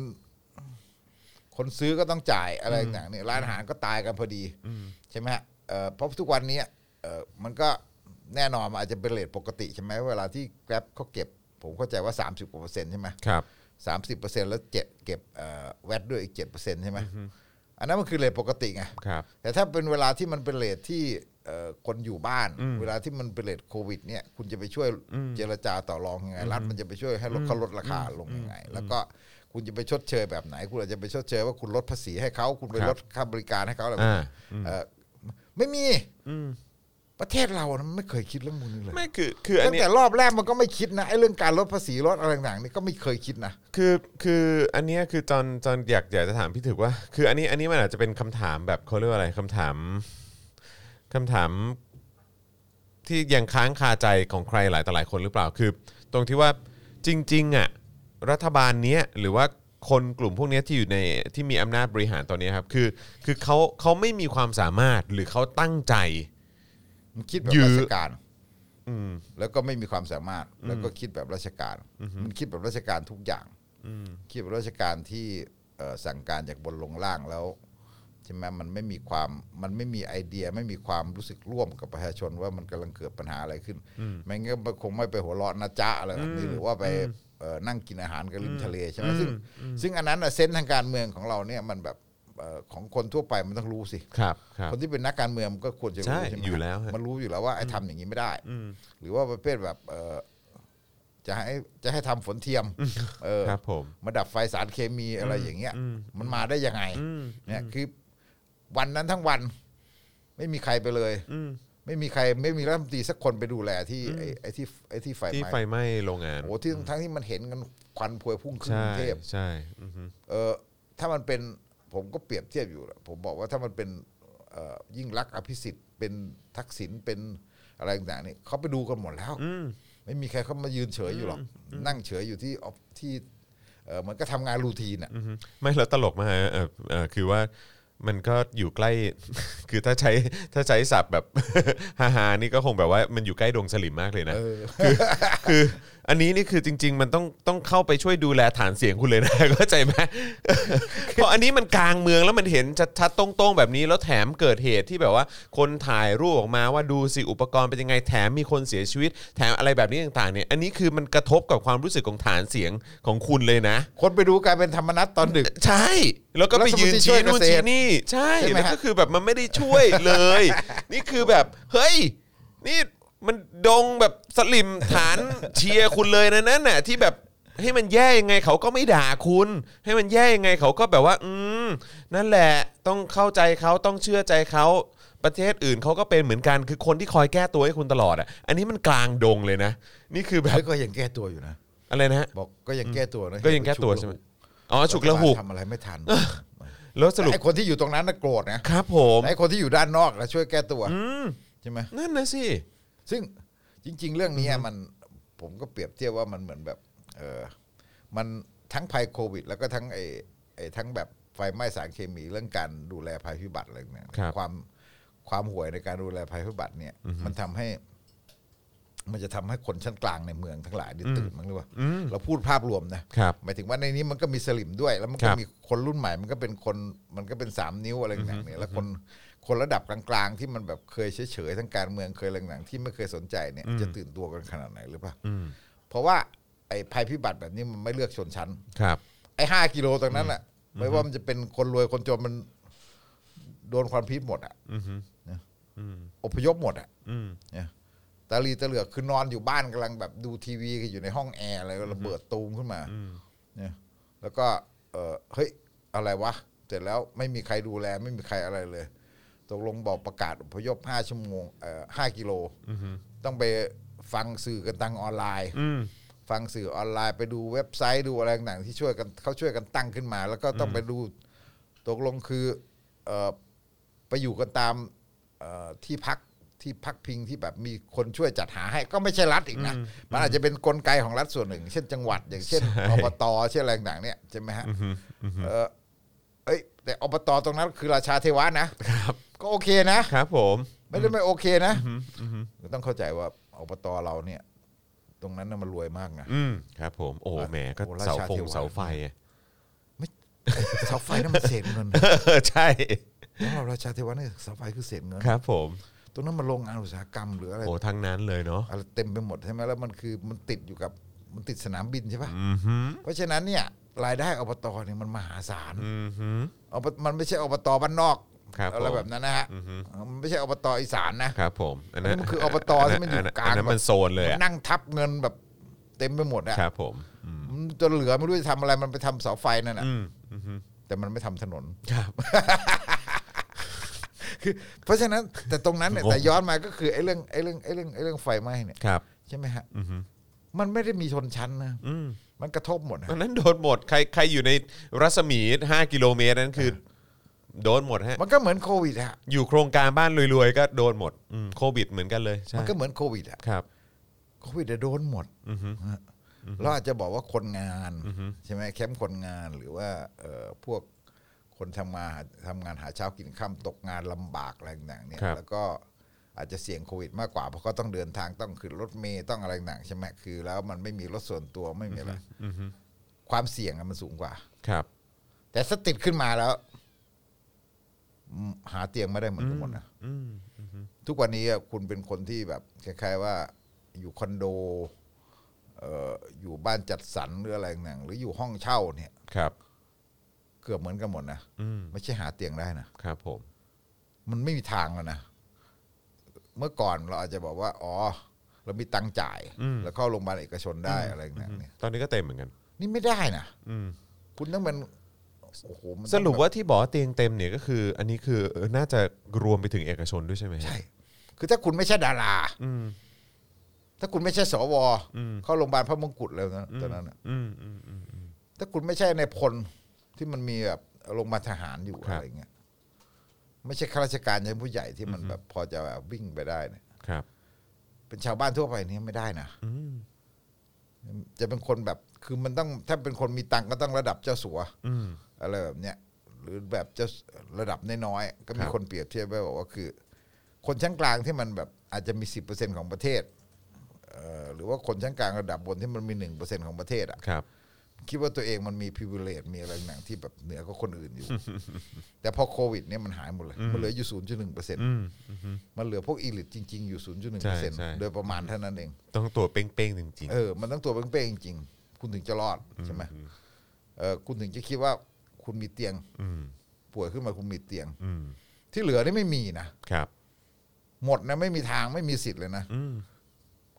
คนซื้อก็ต้องจ่ายอะไรอย่างเนี่ยร้านอาหารก็ตายกันพอดีใช่ไหมฮะเอ่อเพราะทุกวันนี้เอ่อมันก็แน่นอนมันอาจจะเป็นเลทปกติใช่ไหมเวลาที่แกร็บเขาเก็บ ผมเข้าใจว่า 30กว่าเปอร์เซ็นต์ใช่ไหม ครับ สามสิบเปอร์เซ็นต์แล้วเจ็บเก็บเอ่อแวดด้วยอีกเจ็ดเปอร์เซ็นต์ใช่ไหมอันนั้นมันคือเลทปกติไง ครับ แต่ถ้าเป็นเวลาที่มันเป็นเลทที่เอ่อคนอยู่บ้าน เวลาที่มันเป็นเลทโควิดเนี่ยคุณจะไปช่วยเจรจาต่อรองยังไงรัฐมันจะไปช่วยให้ลดเขาลดราคาลงยังไง แล้วก็คุณจะไปชดเชยแบบไหน คุณอาจจะไปชดเชยว่าคุณลดภาษีให้เขาคุณไป ครับ ลดค่าบริการให้เขาอะไรแบบ อ่า นี้เอ่อไม่มีประเทศเรานะมันไม่เคยคิดเรื่องพวกนี้เลย ไม่คือคืออัน ตั้ง เนี้ย แต่รอบแรกมันก็ไม่คิดนะไอ้เรื่องการลดภาษีลดอะไรต่างๆนี่ก็ไม่เคยคิดนะ คือคืออันเนี้ยคือจอนจอนอยากอยากจะถามพี่ถึกว่า คืออันนี้อันนี้มันอาจจะเป็นคำถามแบบเขาเรียกว่าอะไรคำถามคำถาม ที่ยังค้างคาใจของใครหลายต่อหลายคนหรือเปล่าคือ ตรงที่ว่าจริงๆอ่ะรัฐบาลเนี้ยหรือว่าคนกลุ่มพวกเนี้ยที่อยู่ในที่มีอำนาจบริหารตอนเนี้ยครับ คือคือเขาเขาไม่มีความสามารถหรือเขาตั้งใจ มันคิดแบบ ยื้อ ราชการ อืม แล้วก็ไม่มีความสามารถแล้วก็คิดแบบราชการ มันคิดแบบราชการทุกอย่าง อืม คิดแบบราชการที่เอ่อสั่งการจากบนลงล่างแล้วใช่ไหมมันไม่มีความมันไม่มีไอเดีย ไม่มีความรู้สึกร่วมกับประชาชนว่ามันกำลังเกิดปัญหาอะไรขึ้นไม่งั้นก็คงไม่ไปหัวเราะนะจ๊ะอะไรแบบนี้หรือว่าไปเอ่อนั่งกินอาหารกับริมทะเลใช่ไหมซึ่งซึ่งอันนั้นน่ะเซนส์ทางการเมืองของเราเนี่ยมันแบบเอ่อของคนทั่วไปมันต้องรู้สิ ครับครับ คนที่เป็นนักการเมืองมันก็ควรจะ ใช่ รู้ใช่ไหม อยู่แล้วฮะ มันรู้อยู่แล้วว่าไอ้ทำอย่างนี้ไม่ได้ อืม หรือว่าประเภทแบบเอ่อจะให้จะให้ทำฝนเทียม เออ ครับผม มาดับไฟสารเคมีอะไรอย่างเงี้ย มันมาได้ยังไง อืม เนี่ยคือวันนั้นทั้งวัน ไม่มีใครไปเลย อืม ไม่มีใครไม่มีรัฐมนตรีสักคนไปดูแลที่ไอ้ไอ้ที่ไอ้ที่ไฟ ที่ ไหม้ ไฟไหม้โรงงาน โอ้ที่ทั้งที่มันเห็นกันควันพวยพุ่งขึ้น ใช่ กรุงเทพ ใช่อือฮึ เออถ้ามันเป็นผมก็เปรียบเทียบอยู่แหละผมบอกว่าถ้ามันเป็นเอ่อยิ่งรักษณ์อภิสิทธิ์เป็นทักษิณเป็นอะไรต่างๆนี่เขาไปดูกันหมดแล้วไม่มีใครเขามายืนเฉยอยู่หรอกนั่งเฉยอยู่ที่ออฟที่เออมันก็ทำงานรูทีนอ่ะ อือฮึไม่แล้วตลกมากฮะเออเออคือว่ามันก็อยู่ใกล้ คือถ้าใช้ถ้าใช้ศัพท์แบบ ฮาฮาๆนี่ก็คงแบบว่ามันอยู่ใกล้ดวงสลิมมากเลยนะคือคืออันนี้นี่คือจริง ๆ มันต้องต้องเข้าไปช่วยดูแลฐานเสียงคุณเลยนะ เข้าใจไหม เพราะอันนี้มันกลางเมืองแล้วมันเห็นชัดๆตรงๆแบบนี้ แล้วแถมเกิดเหตุที่แบบว่า คนถ่ายรูปออกมาว่าดูสิอุปกรณ์เป็นยังไงแถมมีคนเสียชีวิต แถมอะไรแบบนี้ต่างๆเนี่ยอันนี้คือมันกระทบกับความรู้สึกของฐานเสียงของคุณเลยนะ คนไปดูกลายเป็นธรรมนัตตอนดึก ใช่ แล้วก็ไปยืนชี้นู่นชี้นี่ ใช่ ใช่ไหม แล้ว ฮะ ก็คือแบบมันไม่ได้ช่วยเลย นี่คือแบบ เฮ้ย นี่มันดงแบบสลิมฐานเชียร์คุณเลยนะนั่นน่ะที่แบบให้มันแย่ยังไงเขาก็ไม่ด่าคุณ ให้มันแย่ยังไงเขาก็แบบว่า อืมนั่นแหละต้องเข้าใจเขาต้องเชื่อใจเขาประเทศอื่นเขาก็เป็นเหมือนกันคือคนที่คอยแก้ตัวให้คุณตลอดอ่ะ อันนี้มันกลางดงเลยนะ นี่คือแบบ เฮ้ยก็ยังแก้ตัวอยู่นะ อะไรนะฮะ บอกก็ยังแก้ตัวนะ ก็ยังแก้ตัวใช่ไหมอ๋อฉุกละหุก ทำอะไรไม่ทัน แล้วสรุป ไอ้คนที่อยู่ตรงนั้นน่ะโกรธนะครับ ผม แต่ไอ้คนที่อยู่ด้านนอกน่ะช่วยแก้ตัวใช่ไหม นั่นนะสิ ซึ่งจริง ๆ เรื่องนี้อะมันผมก็เปรียบเทียบว่ามันเหมือนแบบ เออมันทั้งภัยโควิด แล้วก็ทั้งไอ้ไอ้ทั้งแบบไฟไหม้สารเคมีเรื่องการดูแลภัยพิบัติอะไรเนี่ย ครับ ความความห่วยในการดูแลภัยพิบัติเนี่ย มันทำให้ มันจะทำให้คนชั้นกลางในเมืองทั้งหลายเนี่ยตื่นมั้งหรือเปล่าเราพูดภาพรวมนะ ครับ หมายถึงว่าในนี้มันก็มีสลิมด้วย แล้วมัน ค ก็ รับ มีคนรุ่นใหม่มันก็เป็นคนมันก็เป็นสามนิ้วอะไรต่างๆเนี่ยแล้วคนคนระดับกลางๆ ที่มันแบบเคยเฉยๆทั้งการเมืองเคยอะไรต่างๆที่ไม่เคยสนใจเนี่ยจะตื่นตัวกันขนาดไหนหรือเปล่าเพราะว่าไอ้ภัยพิบัติแบบนี้มันไม่เลือกชนชั้น ครับ ไอ้ห้ากิโลตรงนั้นอ่ะไม่ว่ามันจะเป็นคนรวยคนจนมันโดนความพิษหมดอ่ะนะอพยพหมดอ่ะนะตาลีตะเหลือกคือนอนอยู่บ้านกำลังแบบดูทีวีกันอยู่ในห้องแอร์อะไรก็ระเบิดตูมขึ้นมาเนี่ยแล้วก็เออเฮ้ยอะไรวะเสร็จแล้วไม่มีใครดูแล ไม่มีใครอะไรเลยตกลงบอกประกาศอพยพห้าชั่วโมงเอ่อห้ากิโลต้องไปฟังสื่อกันทางออนไลน์ อืม ฟังสื่อออนไลน์ไปดูเว็บไซต์ดูอะไรต่างๆที่ช่วยกันเขาช่วยกันตั้งขึ้นมา แล้วก็ต้องไปดูตกลงคือเออไปอยู่กันตามเอ่อที่พักที่พักพิงที่แบบมีคนช่วยจัดหาให้ก็ไม่ใช่รัฐอีกนะมันอาจจะเป็นกลไกของรัฐส่วนหนึ่ง เช่นจังหวัด อย่างเช่นอบตเช่นอะไรต่างๆเนี่ยใช่ไหมฮะเอ่อเอ้ยแต่อบตตรงนั้นคือราชาเทวะนะก็โอเคนะ ครับผม ไม่ได้ไม่โอเคนะต้องเข้าใจว่าอบตเราเนี่ย ตรงนั้นน่ะมันรวยมากนะ อืม ครับผม โอ้โหแหมก็ โอ้ราชา เสาฟง เทวะ เสาไฟอะ เสาไฟนั่นมันเศษเงิน เออ ใช่ แล้วเราราชาเทวะเนี่ยเสาไฟคือเศษเงิน ครับผม ตรงนั้นมันโรงงานอุตสาหกรรมหรืออะไร โอ้ทั้งนั้นเลยเนาะ อะไรเต็มไปหมดใช่ไหมแล้วมันคือมันติดอยู่กับมันติดสนามบินใช่ปะ อือหือ เพราะฉะนั้นเนี่ย รายได้อบตเนี่ยมันมหาศาล อือหือ อบตมันไม่ใช่อบตบ้านนอก ครับ อะไร ผม แบบนั้นนะฮะมันไม่ใช่อบตอีสานนะ ครับผม อันนั้ อันนี้มันคืออบตที่มันอยู่กลาง อันนั้นมันโซนเลย มั อะ นนั่งทับเงินแบบเต็มไปหมดอะ ครับผม มันจนเหลือไม่รู้จะทำอะไรมันไปทำเสาไฟนั่นน่ะ อืมอือหือ แต่มันไม่ทำถนน ครับ คือเพราะฉะนั้นแต่ตรงนั้นเนี่ย งง แต่ย้อนมาก็คือไอ้เรื่องไอ้เรื่องไอ้เรื่องไอ้เรื่องไฟไหม้เนี่ย ครับ ใช่ไหมฮะ อือหือ มันไม่ได้มีชนชั้นนะ อืม มันกระทบหมดนะ อันนั้นโดนหมด ใคร ใครอยู่ในรัศมี 5 กิโลเมตรนั้นคือ โดนหมดฮะ มันก็เหมือนโควิดฮะ อยู่โครงการบ้านรวยๆ ก็โดนหมดอืมโควิดเหมือนกันเลย ใช่ มันก็เหมือนโควิดอะ ครับ โควิดอะโดนหมด อือหือ ฮะเราอาจจะบอกว่าคนงานใช่ไหมแคมป์คนงานหรือว่าเอ่อพวกคนทำมาทำงานหาเช้ากินค่ำตกงานลำบากอะไรต่างๆเนี่ย ครับ แล้วก็ อาจจะเสี่ยงโควิดมากกว่าเพราะก็ต้องเดินทางต้องขึ้นรถเมย์ต้องอะไรหนักใช่ไหมคือ แล้วมันไม่มีรถส่วนตัวไม่มีอะไรความเสี่ยงอะมันสูงกว่า ครับ แต่ถ้าติดขึ้นมาแล้วอืมหาเตียงไม่ได้เหมือนกันหมดนะทุกวันนี้อะคุณเป็นคนที่แบบคล้ายๆว่า อยู่คอนโดเอ่ออยู่บ้านจัดสรรหรืออะไรหนังหรืออยู่ห้องเช่าเนี่ย ครับ เกือบเหมือนกันหมดนะ อืม ไม่ใช่หาเตียงได้นะ ครับผม มันไม่มีทางแล้วนะ เมื่อก่อนเราอาจจะบอกว่า อ๋อ เรามีตังค์จ่าย อืม แล้วเข้าโรงพยาบาลเอกชนได้อะไรอย่างเงี้ยเนี่ย ตอนนี้ก็เต็มเหมือนกัน นี่ไม่ได้นะ อืม คุณต้องเป็นโอ้โหมันต้อง สรุปว่าที่บอกว่าเตียงเต็มเนี่ยก็คือ อันนี้คือเออน่าจะรวมไปถึงเอกชนด้วยใช่ไหมฮะ ใช่ คือถ้าคุณไม่ใช่ดารา อืม ถ้าคุณไม่ใช่สว อืม เข้าโรงพยาบาลพระมงกุฎเลยนะตอนนั้นน่ะ อืมอืมอืม ถ้าคุณไม่ใช่ในพลที่มันมีแบบโรงพยาบาลทหารอยู่ ครับ อะไรอย่างเงี้ยไม่ใช่ข้าราชการชั้นผู้ใหญ่ที่มันแบบพอจะแบบวิ่งไปได้เนี่ย ครับ เป็นชาวบ้านทั่วไปเนี่ยไม่ได้นะ อืม จะเป็นคนแบบคือมันต้องถ้าเป็นคนมีตังค์ก็ต้องระดับเจ้าสัว อืม อะไรแบบเนี้ยหรือแบบเจ้าระดับน้อยๆก็ ค มี รับ คนเปรียบเทียบไว้บอกว่าคือ คนชั้นกลางที่มันแบบอาจจะมีสิบเปอร์เซ็นของประเทศเอ่อหรือว่าคนชั้นกลางระดับบนที่มันมีหนึ่งเปอร์เซ็นของประเทศอ่ะ ครับ คิดว่าตัวเองมันมีพิเวเลตมีอะไรหนังที่แบบเหนือกว่าคนอื่น อยู่ แต่พอโควิดเนี่ยมันหายหมดเลยมันเหลืออยู่ศูนย์จุดหนึ่งเปอร์เซ็น อืมอืม มันเหลือพวกอีลิตจริง ๆอยู่ศูนย์จุดหนึ่ง ใช่ เปอร์เซ็น ใช่ โดยประมาณเท่านั้นเอง ต้องตัวเป้งๆจริง เออ มันต้องตัวเป้งๆจริงๆ คุณถึงจะรอดใช่ไหมเออคุณถึงจะคิดว่าคุณมีเตียง ๆอืม ป่วยขึ้นมาคุณมีเตียง อืม ที่เหลือนี่ไม่มีนะ ครับ หมดนะไม่มีทางไม่มีสิทธิ์เลยนะ อืม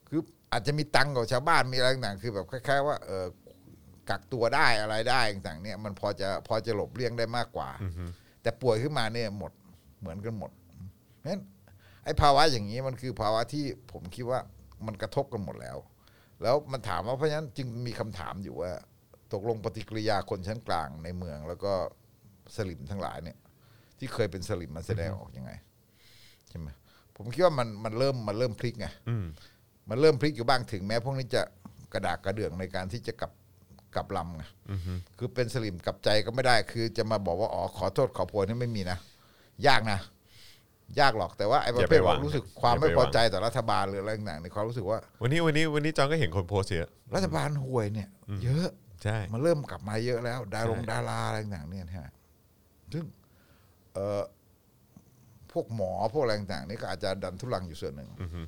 คืออาจจะมีตังค์กับชาวบ้านมีอะไรต่างๆคือแบบคล้ายๆว่าเออกักตัวได้อะไรได้ต่างๆเนี่ยมันพอจะพอจะหลบเลี่ยงได้มากกว่า แต่ป่วยขึ้นมาเนี่ยหมดเหมือนกันหมดเพราะฉะนั้นไอ้ภาวะอย่างนี้มันคือภาวะที่ผมคิดว่ามันกระทบกันหมดแล้ว แล้วมันถามว่าเพราะฉะนั้นจึงมีคำถามอยู่ว่า ตกลงปฏิกิริยาคนชั้นกลางในเมือง แล้วก็สลิมทั้งหลายเนี่ย ที่เคยเป็นสลิมมันแสดงออกยังไงใช่ไหมผมคิดว่ามันมันเริ่มมันเริ่มพลิกไง อืม มันเริ่มพลิกอยู่บ้างถึงแม้พวกนี้จะกระดากกระเดื่องในการที่จะกลับกลับลำไงคือเป็นสลิมกลับใจก็ไม่ได้ คือจะมาบอกว่าอ๋อขอโทษขอโพยนี่ไม่มีนะ ยากนะ ยากหรอกแต่ว่าไอ้ประเภทว่ารู้สึกความไม่พอใจต่อรัฐบาลหรืออะไรต่างๆในความรู้สึกว่า วันนี้วันนี้วันนี้จองก็เห็นคนโพสต์เยอะ รัฐบาลห่วยเนี่ย เยอะ ใช่ มันเริ่มกลับมาเยอะแล้ว ดารง ใช่ ดาราอะไรต่างๆเนี่ยนะฮะซึ่งเอ่อพวกหมอพวกอะไรต่างๆนี่ก็อาจจะดันทุลังอยู่ส่วนหนึ่ง อือฮึ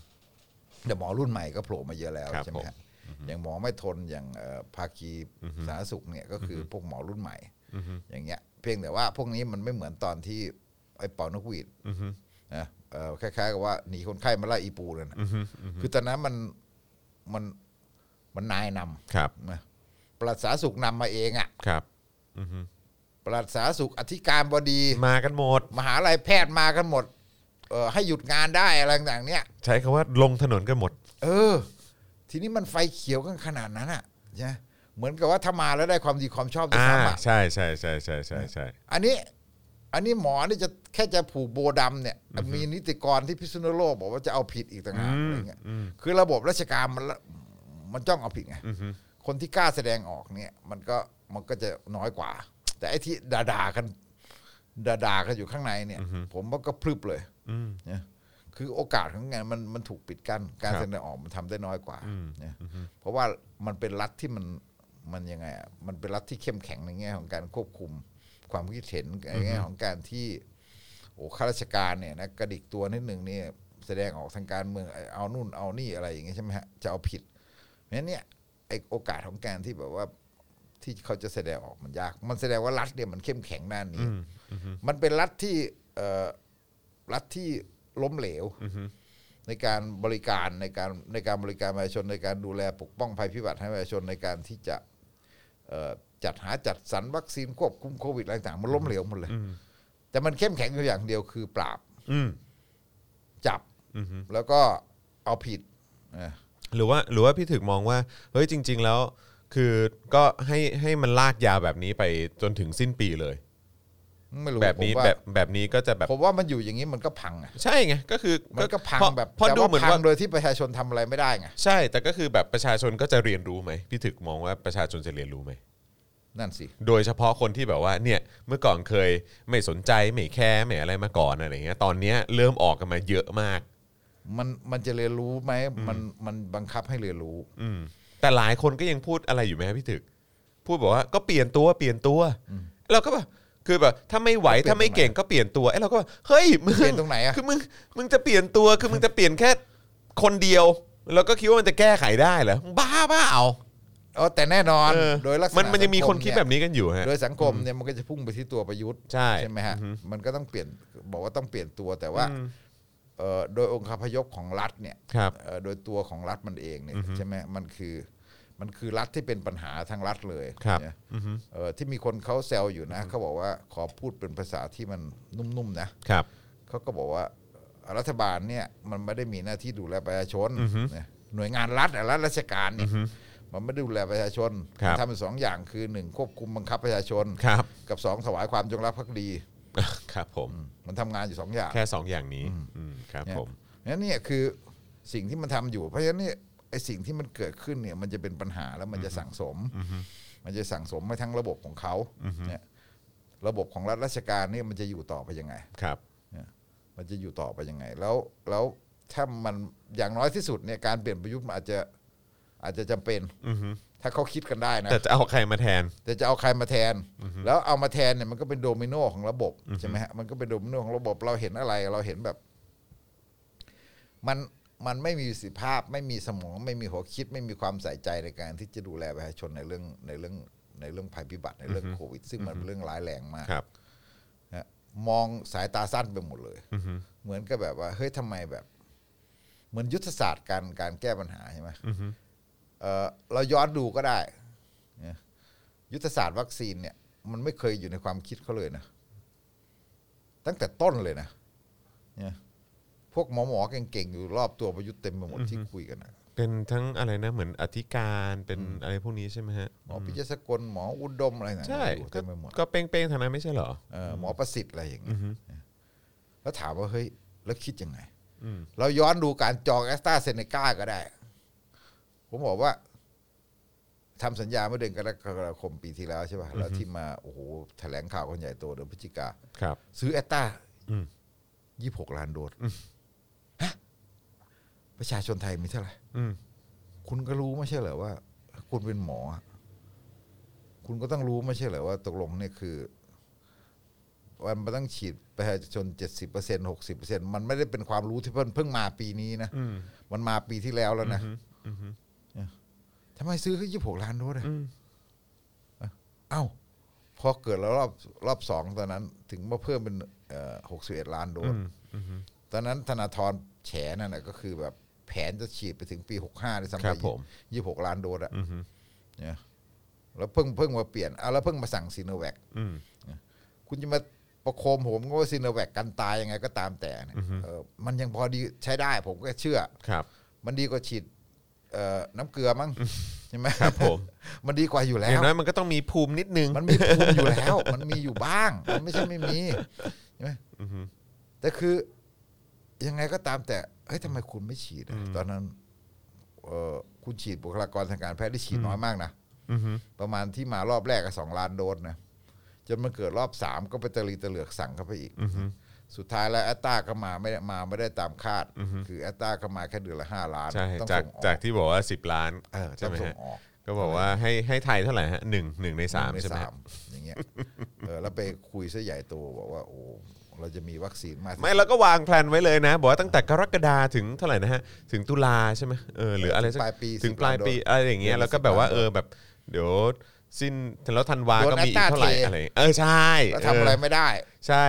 แต่หมอรุ่นใหม่ก็โผล่มาเยอะแล้ว ครับ ใช่ไหมฮะอย่างหมอไม่ทนอย่างเอ่อภาคีสาธารณสุขเนี่ยก็คืออพวกหมอรุ่นใหม่ อือฮึ อย่างเงี้ย เพียงแต่ว่าพวกนี้มันไม่เหมือนตอนที่ไอ้เป่านกหวีด อืมอืม นะเอ่อคล้ายๆกับว่าหนีคนไข้มาไล่อีปูเลยนะ อืมอืม คือตอนนั้นมันมันมันนายน ครับ ำนะประหลัดสาธารณสุขนำมาเองอ่ะ ครับอืมอืม ปลัดสาธารณสุขอธิการบดี มากันหมด มหาลัยแพทย์มากันหมด เออให้หยุดงานได้อะไรต่างๆเนี่ย ใช้คำว่าลงถนนกันหมด เออ ทีนี้มันไฟเขียวกันขนาดนั้นอ่ะใช่ไหมเหมือนกับว่าถ้ามาแล้วได้ความดีความชอบด้วย อ่า ซ้ำอ่ะ ใช่ใช่ใช่ใช่ใช่ใช่ อันนี้ อันนี้หมอนี่จะแค่จะผูกโบดำเนี่ย มีนิติกรที่พิษณุโลกบอกว่าจะเอาผิดอีกต่างหาก อืม อะไรเงี้ย อืม คือระบบราชการมันละมันจ้องเอาผิดไงคนที่กล้าแสดงออกเนี่ย มันก็มันก็จะน้อยกว่า แต่ไอ้ที่ด่าๆกันด่าๆกันอยู่ข้างในเนี่ย ผมว่าก็พรึบเลย อืม นะคือโอกาสของงานมันมันถูกปิดกั้นการ ครับ แสดงออกมันทำได้น้อยกว่า อืม นะเพราะว่ามันเป็นรัฐที่มันมันยังไงอะมันเป็นรัฐที่เข้มแข็งในแง่ของการควบคุม ความคิดเห็นในแง่ของการที่โอ้ข้าราชการเนี่ยนะกระดิกตัวนิดหนึ่งเนี่ยแสดงออกทางการเมืองเอานู่นเอานี่อะไรอย่างเงี้ยใช่ไหมฮะจะเอาผิดเพราะฉะนั้นเนี่ยไอโอกาสของการที่แบบว่าที่เขาจะแสดงออกมันยาก มันแสดงว่ารัฐเนี่ยมันเข้มแข็งด้านนี้ มันเป็นรัฐที่เอ่อ รัฐที่ล้มเหลวในการบริการในการในการบริการประชาชนในการดูแลปกป้องภัยพิบัติให้ประชาชนในการที่จะเอ่อจัดหาจัดสรรวัคซีนควบคุมโควิดอะไรต่างมันล้มเหลวหมดเลย แต่มันเข้มแข็งอยู่อย่างเดียวคือปราบ อืม จับ อืม แล้วก็เอาผิดเออ หรือว่าหรือว่าพี่ถึกมองว่าเฮ้ยจริง ๆ แล้ว คือก็ให้ให้มันลากยาวแบบนี้ไปจนถึงสิ้นปีเลย ไม่รู้ แบบนี้ ผมว่า แบบแบบนี้ก็จะแบบ ผมว่ามันอยู่อย่างนี้มันก็พังอ่ะ ใช่ไงก็คือ มันก็พัง เพราะ แบบ เพราะ แต่ ดู ว่า เหมือน พั ว่าง โดยที่ประชาชนทำอะไรไม่ได้ไง ใช่ แต่ก็คือแบบประชาชนก็จะเรียนรู้ไหมพี่ถึกมองว่าประชาชนจะเรียนรู้ไหม นั่นสิ โดยเฉพาะคนที่แบบว่าเนี่ยเมื่อก่อนเคยไม่สนใจไม่แคร์ไม่อะไรมาก่อนอะไรเงี้ยตอนเนี้ยเริ่มออกกันมาเยอะมาก มันมันจะเรียนรู้ไหมมันมันบังคับให้เรียนรู้ อืมแต่หลายคนก็ยังพูดอะไรอยู่ไหมครับพี่ถึก พูดบอกว่าก็เปลี่ยนตัวเปลี่ยนตัวเราก็แบบคือแบบถ้าไม่ไหวถ้าไม่เก่งก็เปลี่ยนตัวไอ้เราก็แบบเฮ้ยมึง เปลี่ยนตรงไหนอะ คือมึงมึงจะเปลี่ยนตัวคือมึงจะเปลี่ยนแค่คนเดียว แล้วก็คิดว่ามันจะแก้ไขได้เหรอมึงบ้าเปล่า เออแต่แน่นอน เออ โดยลักษณะ มันมันยังมี สั คนคิด เย แบบนี้กันอยู่ฮะ โดยสังคมเนี่ยมันก็จะพุ่งไปที่ตัวประยุทธ์ ใช่ ไหมฮะ อือฮึ มันก็ต้องเปลี่ยนบอกว่าต้องเปลี่ยนตัวแต่ว่า อืม เอ่อโดยองค์คาพยพของรัฐเนี่ย ครับ เอ่อโดยตัวของรัฐมันเองเนี่ยใช่ไหมมันคือมันคือรัฐที่เป็นปัญหาทางรัฐเลย ครับ เนี่ย อือฮึ เอ่อที่มีคนเขาแซวอยู่นะเขาบอกว่าขอพูดเป็นภาษาที่มันนุ่มๆนะ ครับ เขาก็บอกว่าเอ่อรัฐบาลเนี่ยมันไม่ได้มีหน้าที่ดูแลประชาชน อือฮึ นะหน่วยงานรัฐอะรัฐราชการเนี่ยมันไม่ได้ดูแลประชาชน ครับ ทำเป็นสองอย่างคือหนึ่งควบคุมบังคับประชาชน ครับ กับสองถวายความจงรักภักดี ครับผม อืมมันทำงานอยู่สองอย่าง แค่สองอย่างนี้อืมครับ เนี่ย ผม งั้นเนี่ยคือสิ่งที่มันทำอยู่เพราะฉะนั้นเนี่ยไอสิ่งที่มันเกิดขึ้นเนี่ยมันจะเป็นปัญหาแล้วมันจะสั่งสม มันจะสั่งสมไปทั้งระบบของเขาเนี่ยระบบของรัฐราชการเนี่ยมันจะอยู่ต่อไปยังไง ครับ เนี่ยมันจะอยู่ต่อไปยังไง แล้วแล้วถ้ามันอย่างน้อยที่สุดเนี่ยการเปลี่ยนประยุทธ์มันอาจจะอาจจะจำเป็น อือฮึ ถ้าเขาคิดกันได้นะ แต่จะเอาใครมาแทน แต่จะเอาใครมาแทน แล้วเอามาแทนเนี่ยมันก็เป็นโดมิโนของระบบใช่ไหมฮะมันก็เป็นโดมิโนของระบบเราเห็นอะไรเราเห็นแบบ มันมันไม่มีประสิทธิภาพ ไม่มีสมอง ไม่มีหัวคิด ไม่มีความใส่ใจในการที่จะดูแลประชาชนในเรื่องในเรื่องในเรื่องภัยพิบัติในเรื่องโควิด ซึ่งมันเป็นเรื่องร้ายแรงมาก ครับ นะมองสายตาสั้นไปหมดเลย เหมือนกับแบบว่าเฮ้ยทำไมแบบ เหมือนยุทธศาสตร์การการแก้ปัญหาใช่ไหมเอ่อเราย้อนดูก็ได้นะยุทธศาสตร์วัคซีนเนี่ย มันไม่เคยอยู่ในความคิดเขาเลยนะ ตั้งแต่ต้นเลยนะเนี่ยพวกหมอหมอๆเก่งๆ อยู่รอบตัวประยุทธ์เต็มไปหมดที่คุยกันนะ เป็นทั้งอะไรนะเหมือนอธิการเป็นอะไรพวกนี้ใช่ไหมฮะ หมอพิจสกลหมออุดมอะไรนะ ใช่ อยู่ ก็ เต็มไปหมด ก็เป้งๆทางนั้นไม่ใช่เหรอ เอ่อหมอประสิทธิ์อะไรอย่างเงี้ยนะแล้วถามว่าเฮ้ย แล้วคิดยังไง อืม เราย้อนดูการจองแอสตราเซเนกาก็ได้ ผมบอกว่าทำสัญญาเมื่อเดือนกรกฎาคมปีที่แล้วใช่ป่ะแล้วที่มาโอ้โหแถลงข่าวคนใหญ่โตเดือนพฤศจิกา ครับ ซื้อแอสตรา อืม ยี่สิบหกล้านโดสฮะประชาชนไทยมีเท่าไหร่ อืม คุณก็รู้ไม่ใช่เหรอว่า คุณเป็นหมอ คุณก็ต้องรู้ไม่ใช่เหรอว่า ตกลงเนี่ยคือวันมันต้องฉีดประชาชนเจ็ดสิบเปอร์เซ็นหกสิบเปอร์เซ็นมันไม่ได้เป็นความรู้ที่เพิ่งเพิ่งมาปีนี้นะ อืม มันมาปีที่แล้วแล้วนะ อืม ทำไมซื้อแค่ยี่สิบหกล้านโดสอะ อืม เอ้าพอเกิดแล้วรอบรอบสองตอนนั้น ถึงมาเพิ่มเป็นหกสิบเอ็ดล้านโด อื ส มอืม ตอนนั้นธนาธรแฉนั่นแหะก็คือแบบแผนจะฉีดไปถึงปีหกห้าด้วยซ้ำ ครับ ไป ผม ยี่สิบหกล้านโดสอะ อืม เนี่ยแล้วเพิ่งเพิ่งมาเปลี่ยนอ่ะแล้วเพิ่งมาสั่งซีโนแวค อืม คุณจะมาประโคมผมก็ว่าซีโนแวคกันตายยังไงก็ตามแต่เนี่ย อือฮึ เออมันยังพอดีใช้ได้ผมก็เชื่อ ครับ มันดีกว่าฉีดเอ่อน้ำเกลือมั้งใช่ไหม ครับผม มันดีกว่าอยู่ อ แล้ ย่าว งน้อยมันก็ต้องมีภูมินิดนึง มันมีภูมิอยู่แล้ว มันมีอยู่บ้าง มันไม่ใช่ไม่มีใช่ไหม อือฮึ แต่คือยังไงก็ตามแต่เฮ้ยทำไมคุณไม่ฉีดอะตอนนั้นเอ่อคุณฉีดบุคลากรทางการแพทย์ได้ฉีดน้อยมากนะ อืม ประมาณที่มารอบแรกก็สองล้านโดสนะจนมันเกิดรอบสามก็ไปตะลีตะเหลือกสั่งเข้าไปอีก สุดท้ายแล้วแอตตาก็มาไม่ได้มาไม่ได้ตามคาด คือแอตตาก็มาแค่เดือนละห้าล้าน ใช่ ต้อง จาก ส่งออก จากที่บอกว่า 10 ล้าน เออ ใช่ ต้อง ไหม ส่ ฮะ งออก ก็บอกว่าให้ให้ไทยเท่าไหร่ฮะหนึ่งหนึ่งในสาม หนึ่ง ใช่ไหม สา ฮะ มอย่างเงี้ยเออแล้วไปคุยซะใหญ่โตบอกว่าโอ้เราจะมีวัคซีนมาก ไม่เราก็วางแผนไว้เลยนะ บอกว่าตั้งแต่กรกฎาถึงเท่าไหร่นะฮะถึงตุลาใช่ไหมเออหรืออะไรสัก ปลายปี ถึงปลายปี 10 อะไรอย่างเงี้ย เดือน แล้วก็แบบว่า สิบ เอ ล้าน อแบบ เดี๋ยวสิ้นแล้วธันวา โดน ก็มีอี แอกตตา เท่าไหร่ เท อะไรเออใช่ แล้วทำอะไร เ ไม่ได้ ใช่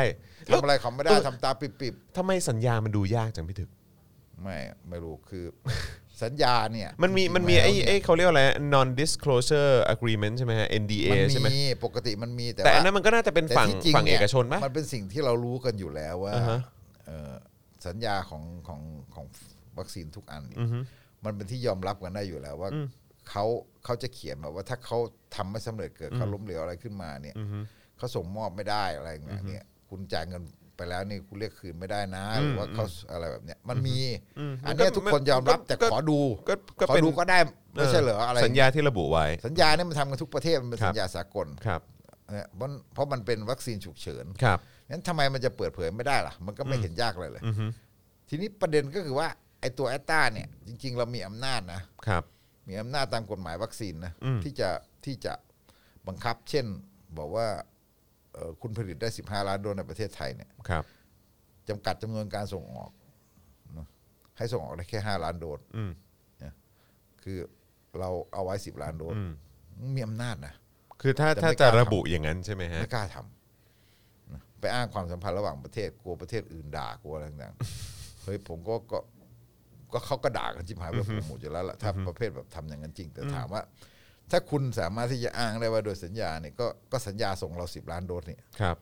แล้ว ทำอะไรเขาไม่ได้ทำตาปิบ ทำไมสัญญามันดูยากจังพี่ถึก ๆไม่ไม่รู้คือ สัญญาเนี่ย มันมี จริงๆ มันมี แล้ว ไอ้ เนี่ย ไอ้เขาเรียกอะไร non disclosure agreement ใช่ไหมฮะ NDA มัน ใช่ไหม มีปกติมันมีแต่ แต่อัน ว่า นั้นมันก็น่าจะเป็น แต่ ฝั่ง ที่จริ ฝั่งเอ นี่ย กชนปะ มันเป็นสิ่งที่เรารู้กันอยู่แล้วว่า อ่าฮะ เอ่อสัญญาของของของวัคซีนทุกอันเนี่ยมันเป็นที่ยอมรับกันได้อยู่แล้วว่าเขาเขาจะเขียนแบบว่าถ้าเขาทำไม่สำเร็จเกิดเขาล้มเหลวอะไรขึ้นมาเนี่ยเขาส่งมอบไม่ได้อะไรอย่างเงี้ยเนี่ยคุณจ่ายเงินไปแล้วนี่คุณเรียกคืนไม่ได้นะหรือว่าเขาอะไรแบบเนี้ยมันมีอันเนี้ยทุกคนยอมรับแต่ขอดู ก็ก็ ขอ เป็น ดูก็ได้ไม่ใช่เหรออะไร สัญญาที่ระบุไว้ สัญญาเนี่ยมันทำกันทุกประเทศมันเป็น ครับ สัญญาสากล ครับ เนี่ยเพราะเพราะมันเป็นวัคซีนฉุกเฉิน ครับ งั้นทำไมมันจะเปิดเผยไม่ได้ล่ะ มันก็ไม่เห็นยากเลยเลย อือฮึ ทีนี้ประเด็นก็คือว่า ไอตัวแอตตาเนี่ย จริง ๆ เรามีอำนาจนะ ครับ มีอำนาจตามกฎหมายวัคซีนนะ อืม ที่จะที่จะบังคับ เช่น บอกว่าเอ่อคุณผลิตได้ 15 ล้านโดสในประเทศไทยเนี่ย ครับ จำกัดจำนวนการส่งออกนะให้ส่งออกได้แค่ 5 ล้านโดส อืม คือเราเอาไว้ 10 ล้านโดส อืม มีอำนาจนะ คือถ้า แต่ไม่ ถ้าจะ กล้า ระบุอย่างนั้นใช่ไหมฮะ ไม่กล้าทำนะไปอ้างความสัมพันธ์ระหว่างประเทศกลัวประเทศอื่นด่ากลัวอะไรต่างๆ เฮ้ยผมก็ก็ก็เขาก็ด่ากันจิบหายไปผมหมดอยู่แล้วล่ะถ้าประเภทแบบทำอย่างนั้นจริง แต่ถามว่า ถ้าคุณสามารถที่จะอ้างได้ว่าโดยสัญญาเนี่ยก็ก็สัญญาส่งเราสิบล้านโดสเนี่ย ครับ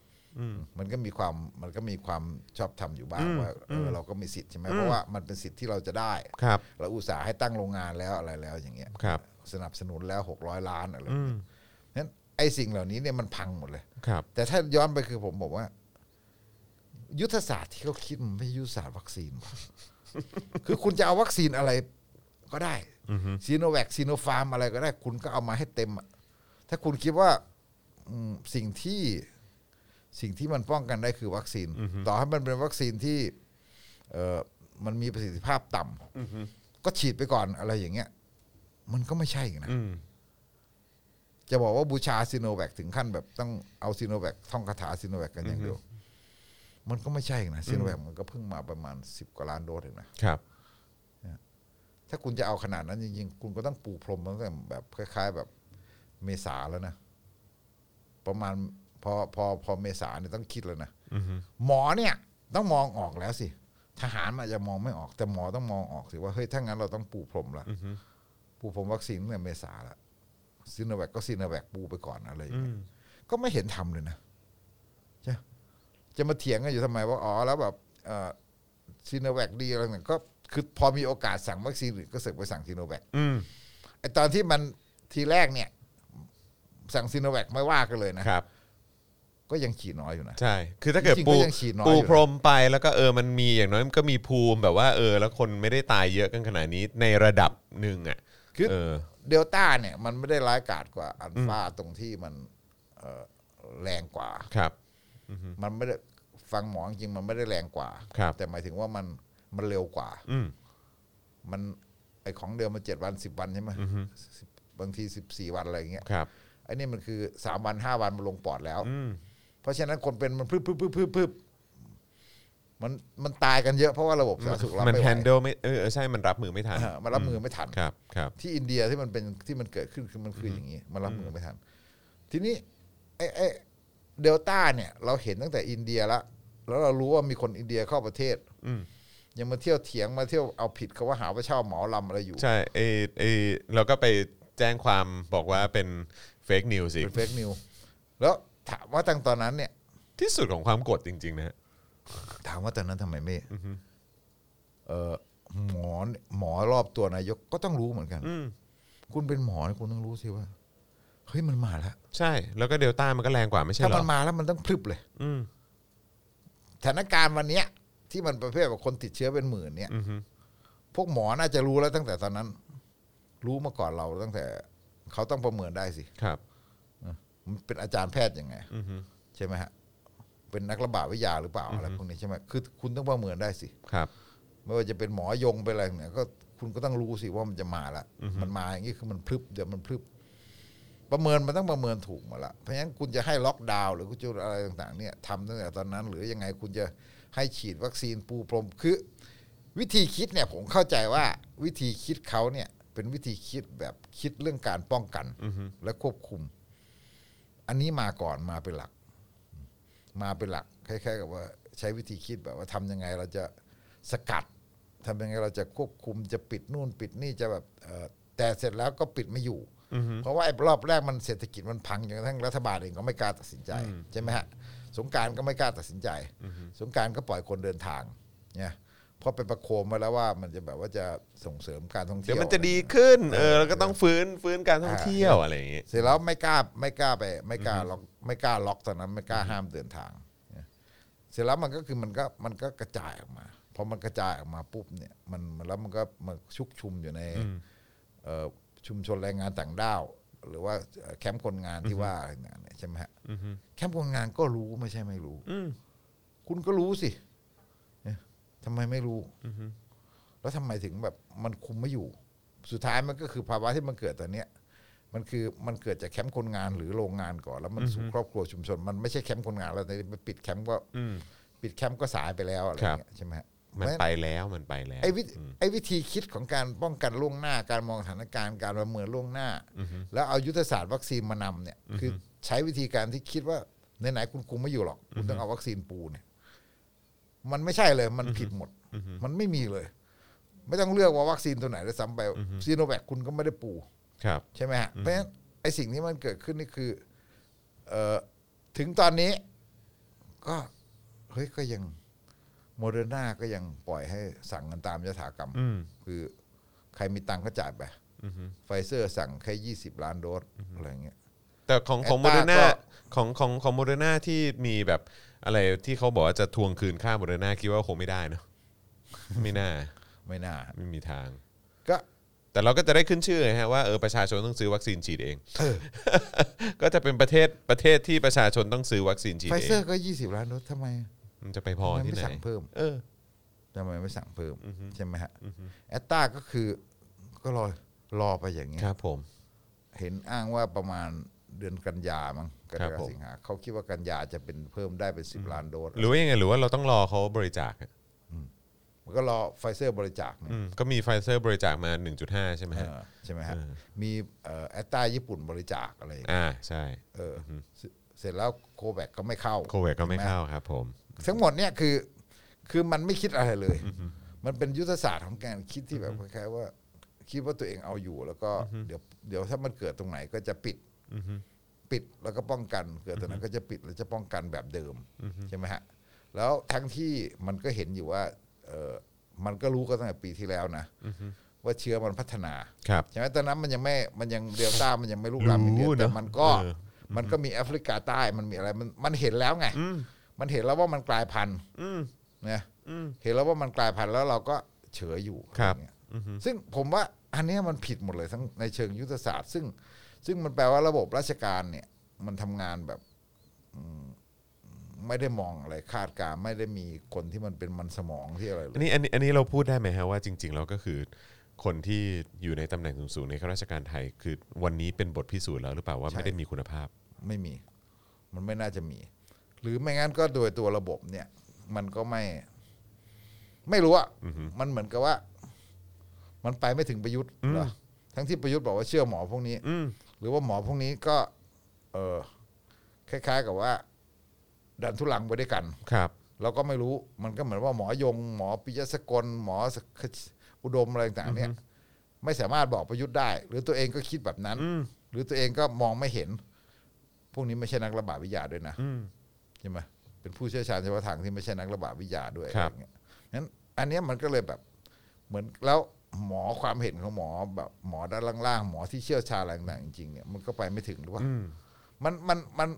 มันก็มีความมันก็มีความชอบทำอยู่บ้างว่าเออเราก็มีสิทธิ์ใช่ไหมเพราะว่ามันเป็นสิทธิ์ที่เราจะได้ ครับ เราอุตส่าห์ให้ตั้งโรงงานแล้วอะไรแล้วอย่างเงี้ย ครับ สนับสนุนแล้วหกร้อยล้านอะไร อืม นั้นไอ้สิ่งเหล่านี้เนี่ยมันพังหมดเลย ครับ แต่ถ้าย้อนไปคือผมบอกว่า ยุทธศาสตร์ที่เขาคิดมันไม่ใช่ยุทธศาสตร์วัคซีน ว่ะ คือคุณจะเอาวัคซีนอะไรก็ได้ซีโนแวคซีโนฟาร์มอะไรก็ได้ คุณก็เอามาให้เต็มอะถ้าคุณคิดว่าอืมสิ่งที่สิ่งที่มันป้องกันได้คือวัคซีน ต่อให้มันเป็นวัคซีนที่ เออมันมีประสิทธิภาพต่ำก็ฉีดไปก่อนอะไรอย่างเงี้ย มันก็ไม่ใช่อีกนะ อืม จะบอกว่าบูชาซีโนแวคถึงขั้นแบบต้องเอาซีโนแวคท่องคาถาซีโนแวคกันอย่างเดียว มันก็ไม่ใช่นะซีโนแวคมันก็เพิ่งมาประมาณสิบกว่าล้านโดสเองนะครับ ถ้าคุณจะเอาขนาดนั้นจริงๆ คุณก็ต้องปูพรมตั้งแต่แบบคล้าย ๆ แบบเมษาแล้วนะ ประมาณพอพอพอเมษาเนี่ยต้องคิดแล้วนะหมอเนี่ย ต้องมองออกแล้วสิ ทหารมันอาจจะมองไม่ออก แต่หมอต้องมองออกสิว่าเฮ้ยถ้างั้นเราต้องปูพรมละปูพรมวัคซีนตั้งแต่เมษาละซีโนแวคก็ซีโนแวคปูไปก่อนอะไรอย่างเงี้ย ก็ไม่เห็นทำเลยนะจะจะมาเถียงกันอยู่ทำไมว่าอ๋อแล้วแบบซีโนแวคดีอะไรเนี่ยก็คือพอมีโอกาสสั่งวัคซีนอื่นก็เสกไปสั่งซีโนแวค อืม ไอตอนที่มันทีแรกเนี่ย สั่งซีโนแวคไม่ว่ากันเลยนะครับ ก็ยังฉีดน้อยอยู่นะ ใช่ คือถ้าเกิด จริงๆ ปู ก็ยังฉีดน้อยอยู่ ปู นะ พรมไปแล้วก็เออมันมีอย่างน้อยมันก็มีภูมิแบบว่าเออ แล้วคนไม่ได้ตายเยอะกันขนาดนี้ในระดับหนึ่งอ่ะ คือ เออ เดลต้าเนี่ย มันไม่ได้ร้ายกาจกว่าอัลฟาตรงที่มันเอ่อแรงกว่า ครับ มันไม่ได้ฟังหมอจริงๆมันไม่ได้แรงกว่า ครับ แต่หมายถึงว่ามันมันเร็วกว่า อืม มันไอของเดิมมันเจ็ดวันสิบวันใช่ไหมสิบบางทีสิบสี่วันอะไรอย่างเงี้ย ครับ ไอนี่มันคือสามวันห้าวันมันลงปอดแล้ว อืม เพราะฉะนั้นคนเป็นมันพึบพึบพึบพึบพึบมันมันตายกันเยอะเพราะว่าระบบสาธารณสุขรับ มัน ไม่ไห แฮ วน เดลไม่เออเออใช่มันรับมือไม่ทัน อ่ามันรับมือไม่ทัน ครับ ครับ ที่อินเดียที่มันเป็นที่มันเกิดขึ้นคือมันคืออย่างนี้ มันรับมือไม่ทัน ทีนี้ไอ้ไอ้เดลต้าเนี่ย เราเห็นตั้งแต่อินเดียละแล้วเรารู้ว่ามีคนอินเดียเข้าประเทศ อืม ยังมาเที่ยวเถียงมาเที่ยวเอาผิดเขาว่าหาว่าเช่าเหมอลำอะไรอยู่ ใช่เอเอเราก็ไปแจ้งความบอกว่าเป็นเฟกนิวสิ เป็นเฟกนิวแล้วถามว่าตั้งตอนนั้นเนี่ย ที่สุดของความกดจริง ๆ นะฮะ ถามว่าตอนนั้นทำไมไม่เออหมอหมอรอบตัวนายกก็ต้องรู้เหมือนกัน อืม คุณเป็นหมอเนี่ยคุณต้องรู้สิว่าเฮ้ยมันมาแล้ว ใช่ แล้วก็เดลต้ามันก็แรงกว่าไม่ใช่ ถ้า เหร มั อน มาแล้วมันต้องพรึบเลย อืม สถานการณ์วันเนี้ย ที่มันประเภทแบบคนติดเชื้อเป็นหมื่นเนี่ย อือฮึ พวกหมอน่าจะรู้แล้วตั้งแต่ตอนนั้น รู้มาก่อนเราตั้งแต่ เขาต้องประเมินได้สิ ครับ มันเป็นอาจารย์แพทย์ยังไง อือฮึ ใช่ไหมฮะเป็นนักระบาดวิทยาหรือเปล่าอะไรพวกนี้ใช่ไหมคือคุณต้องประเมินได้สิ ครับ ไม่ว่าจะเป็นหมอยงเป็นอะไรเนี่ยก็คุณก็ต้องรู้สิว่ามันจะมาละมันมาอย่างนี้คือมันพรึบเดี๋ยวมันพรึบ ประเมินมันต้องประเมินถูกหมาละเพราะฉะนั้นคุณจะให้ล็อกดาวน์หรือคุณจะอะไรต่างๆ เนี่ยทำตั้งแต่ตอนนั้น หรือยังไงคุณจะให้ฉีดวัคซีนปูพรมคือ วิธีคิดเนี่ยผมเข้าใจว่าวิธีคิดเขาเนี่ย เป็นวิธีคิดแบบคิดเรื่องการป้องกันและควบคุม อันนี้มาก่อนมาเป็นหลัก มาเป็นหลักคล้ายๆกับว่าใช้วิธีคิดแบบว่าทำยังไงเราจะสกัดทำยังไงเราจะควบคุมจะปิดนู่นปิดนี่จะแบบเอ่อแต่เสร็จแล้วก็ปิดไม่อยู่ เพราะว่าไอ้รอบแรกมันเศรษฐกิจมันพังจนกระทั่งรัฐบาลเองก็ไม่กล้าตัดสินใจใช่ไหมฮะสงกรารก็ไม่กล้าตัดสินใจ สงกรารก็ปล่อยคนเดินทางเนี่ยเพราะไปประโคมมาแล้วว่ามันจะแบบว่าจะส่งเสริมการท่องเที่ เดี๋ ย ยว ว มันจะดีขึ้น เออ แล้วก็ต้องฟื้น ฟื้นการท่องเที่ยวอะไรอย่างงี้ เสร็จแล้วไม่กล้าไม่กล้าไป ไม่กล้าล็อกไม่กล้าล็อกตอนนั้นไม่กล้าห้ามเดินทางเนี่ยเสร็จแล้วมันก็คือมันก็มันก็กระจายออกมาพอมันกระจายออกมาปุ๊บเนี่ยมันมันแล้วมันก็มันชุกชุมอยู่ในเอ่อชุมชนแรงงานต่างด้าว หรือว่าเอ่อแคมป์คนงานที่ว่าอะไรเนี่ยใช่ไหมฮะแคมป์คนงานก็รู้ไม่ใช่ไม่รู้ อืม คุณก็รู้สิเนี่ยทำไมไม่รู้ แล้วทำไมถึงแบบมันคุมไม่อยู่ สุดท้ายมันก็คือภาวะที่มันเกิดตอนเนี้ยมันคือมันเกิดจากแคมป์คนงานหรือโรงงานก่อน แล้วมันสู่ครอบครัวชุมชน มันไม่ใช่แคมป์คนงานแล้วตอนนี้มันปิดแคมป์ก็ อืม ปิดแคมป์ก็สายไปแล้วอะไรเงี้ยใช่ไหมฮะ มัน เพราะฉะ ไปแล้วมันไปแล้ว ไอ้วิไอ้วิธีคิดของการป้องกันล่วงหน้าการมองสถานการณ์การประเมินล่วงหน้า แล้วเอายุทธศาสตร์วัคซีนมานำเนี่ยคือใช้วิธีการที่คิดว่าไหนๆคุณคุมไม่อยู่หรอก คุณต้องเอาวัคซีนปูเนี่ย มันไม่ใช่เลยมันผิดหมด มันไม่มีเลย ไม่ต้องเลือกว่าวัคซีนตัวไหนด้วยซ้ำไปซีโนแวคคุณก็ไม่ได้ปู ครับ ใช่ไหมฮะเพราะฉะนั้นไอ้สิ่งที่มันเกิดขึ้นนี่คือ เออถึงตอนนี้ ก็เฮ้ยก็ยังโมเดอร์นาก็ยังปล่อยให้สั่งกันตามยถากรรม อืม คือใครมีตังค์ก็จ่ายไปไฟเซอร์สั่งแค่ยี่สิบล้านโดสอะไรเงี้ย แต่ของของโม Atta เดอร์นา ก็ ของของของโมเดอร์นาที่มีแบบอะไรที่เขาบอกว่าจะทวงคืนค่าโมเดอร์นาคิดว่าคงไม่ได้เนอะ ไม่น่า ไม่น่า ไม่มีทาง ก็ แต่เราก็จะได้ขึ้นชื่อไงฮะว่าเออประชาชนต้องซื้อวัคซีนฉีดเอง ก็จะเป็นประเทศประเทศที่ประชาชนต้องซื้อวัคซีนฉีด ไฟ เอ เซอง ร์ก็ยี่สิบล้านโดสทำไม มันจะไปพ ทำ อ ไม ที่ ไม่ ไหน สั่งเพิ่ม เออ ทำไมไม่สั่งเพิ่มใช่ไหมฮะแอตตาก็คือ ก็รอรอไปอย่างเงี้ย ครับผม เห็นอ้างว่าประมาณเดือนกันยามั้งกัน ครับ ยา ผม สิงหาเขาคิดว่ากันยาจะเป็นเพิ่มได้เป็นสิบล้านโดส หรือว่ายังไงหรือว่าเราต้องรอเขาบริจาคอะ มันก็รอไฟเซอร์บริจาคเนี่ย อืมก็มีไฟเซอร์บริจาคมา 1.5 ใช่ไหม เอ ฮะ อใช่ไหมฮะมีเอ่อแอตตาญี่ปุ่นบริจาคอะไรอย่างเงี้ย อ่าใช่ เออเสร็จเสร็จแล้วโคแบกก็ไม่เข้า โควิดก็ไม่เข้าครับผม ทั้งหมดเนี่ยคือคือมันไม่คิดอะไรเลย มันเป็นยุทธศาสตร์ของการคิดที่แบบคล้ายๆว่า คิดว่าตัวเองเอาอยู่ แล้วก็เดี๋ยวเดี๋ยวถ้ามันเกิดตรงไหนก็จะปิดปิดแล้วก็ป้องกัน เกิดตรงนั้นก็จะปิดแล้วจะป้องกันแบบเดิมใช่ไหมฮะแล้วทั้งที่มันก็เห็นอยู่ว่าเออมันก็รู้ก็ตั้งแต่ปีที่แล้วนะว่าเชื้อมันพัฒนา ครับ ใช่ไหมตอนนั้นมันยังไม่ มันยังเดลต้ามันยังไม่ลุกลามอินเดีย รู้เนอะ แต่มันก็ เออ มันก็มีแอฟริกาใต้มันมีอะไรมันมันเห็นแล้วไงมันเห็นแล้วว่ามันกลายพันธุ์นะเห็นแล้วว่ามันกลายพันธุ์แล้วเราก็เฉยอยู่ ครับ อะไเงี้ยซึ่งผมว่าอันเนี้ยมันผิดหมดเลยทั้งในเชิงยุทธศาสตร์ ซึ่ง ซึ่งมันแปลว่าระบบราชการเนี่ย มันทำงานแบบอืมไม่ได้มองอะไรคาดการณ์ไม่ได้มีคนที่มันเป็นมันสมองที่อะไรเล อัน ย นี้อันนี้อันนี้เราพูดได้ไหมฮะว่าจริงๆแล้วก็คือ คนที่อยู่ในตำแหน่งสูงๆในข้าราชการไทย คือวันนี้เป็นบทพิสูจน์แล้วหรือเปล่าว่าไม่ได้มีคุณภาพ ไม่มี มันไม่น่าจะมี หรือไม่งั้นก็โดยตัวระบบเนี่ย มันก็ไม่ ไม่รู้อะมันเหมือนกับว่า มันไปไม่ถึงประยุทธ์เหรอทั้งที่ประยุทธ์บอกว่าเชื่อหมอพวกนี้หรือว่าหมอพวกนี้ก็ เออคล้าย ๆ กับว่า ดันทุลังไปด้วยกัน ครับ เราก็ไม่รู้มันก็เหมือนว่าหมอยง หมอปิยสกล หมออุดมอะไรต่างๆเนี่ย ไม่สามารถบอกประยุทธ์ได้ หรือตัวเองก็คิดแบบนั้น หรือตัวเองก็มองไม่เห็น พวกนี้ไม่ใช่นักระบาดวิทยาด้วยนะใช่ไหมเป็นผู้เชี่ยวชาญเฉพาะทางที่ไม่ใช่นักระบาดวิทยาด้วย ครับ อะไเงี้ยนั้นอันเนี้ยมันก็เลยแบบ เหมือนแล้วหมอความเห็นของหมอแบบหมอด้านล่างๆหมอที่เชี่ยวชาญอะไรต่างๆจริงๆเนี่ยมันก็ไปไม่ถึงหรือว่า มันมันมัน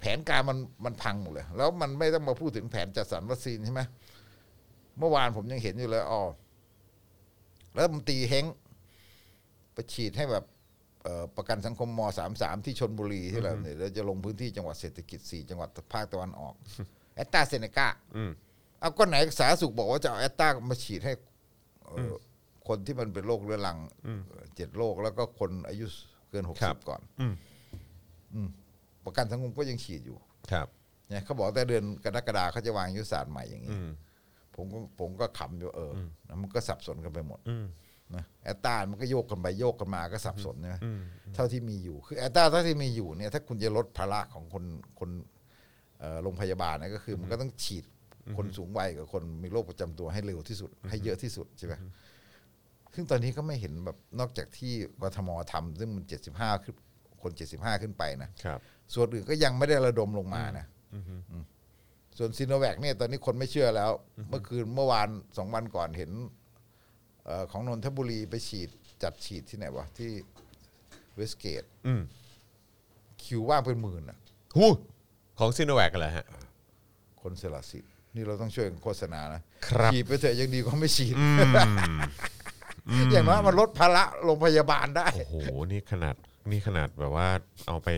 แผนการมันมันพังหมดเลย แล้วมันไม่ต้องมาพูดถึงแผนจัดสรรวัคซีนใช่ไหมเมื่อวานผมยังเห็นอยู่เลยอ๋อแล้วมนตรีเฮงไปฉีดให้แบบเอ่อประกันสังคมมสามสามที่ชนบุรีที่เราเนี่ยแล้วจะลงพื้นที่จังหวัดเศรษฐกิจสี่จังหวัดภาคตะวันออก แอตตาเซเนกาเอาก็ไหนสาธารณสุขบอกว่าจะเอาแอตตามาฉีดให้เอ่ออคนที่มันเป็นโรคเรื้อรังเจ็ดโรคแล้วก็คนอายุเกินหก ครั สิ บ บก่อน ประกันสังคมก็ยังฉีดอยู่ ครับ เนี่ยเขาบอกแต่เดือนกรกฎาเขาจะวางยุทธศาสตร์ใหม่อย่างนี้ ผมก็ผมก็ขำอยู่เอออแล้วมันก็สับสนกันไปหมดนะแอตตามันก็โยกกันไปโยกกันมาก็สับสนใช่ไหมเท่าที่มีอยู่ คือแอตตาเท่าที่มีอยู่เนี่ย ถ้าคุณจะลดภาระของคนคนเอ่อโรงพยาบาลนะก็คือ มันก็ต้องฉีดคนสูงวัยกับคนมีโรคประจำตัวให้เร็วที่สุด ให้เยอะที่สุดใช่ไหมซึ่งตอนนี้ก็ไม่เห็นแบบนอกจากที่กทมทำซึ่งมันเจ็ดสิบห้าขึ้นคนเจ็ดสิบห้าขึ้นไปนะ ครับ ส่วนอื่นก็ยังไม่ได้ระดมลงมานะอืมส่วนซีโนแวคเนี่ยตอนนี้คนไม่เชื่อแล้ว เมื่อคืนเมื่อวานสองวันก่อนเห็นเออของนนทบุรีไปฉีดจัดฉีดที่ไหนวะ ที่เวสเกต อืม คิวว่างเป็นหมื่นอ่ะ หูของซีโนแวคกันเหรอฮะ คนเสละสิทธิ์นี่เราต้องช่วยกันโฆษณานะครับ ฉีดไปเถอะยังดีกว่าไม่ฉีด อย่างน้อยมันลดภาระโรงพยาบาลได้ โอ้โห นี่ขนาดนี่ขนาดแบบว่าเอาไป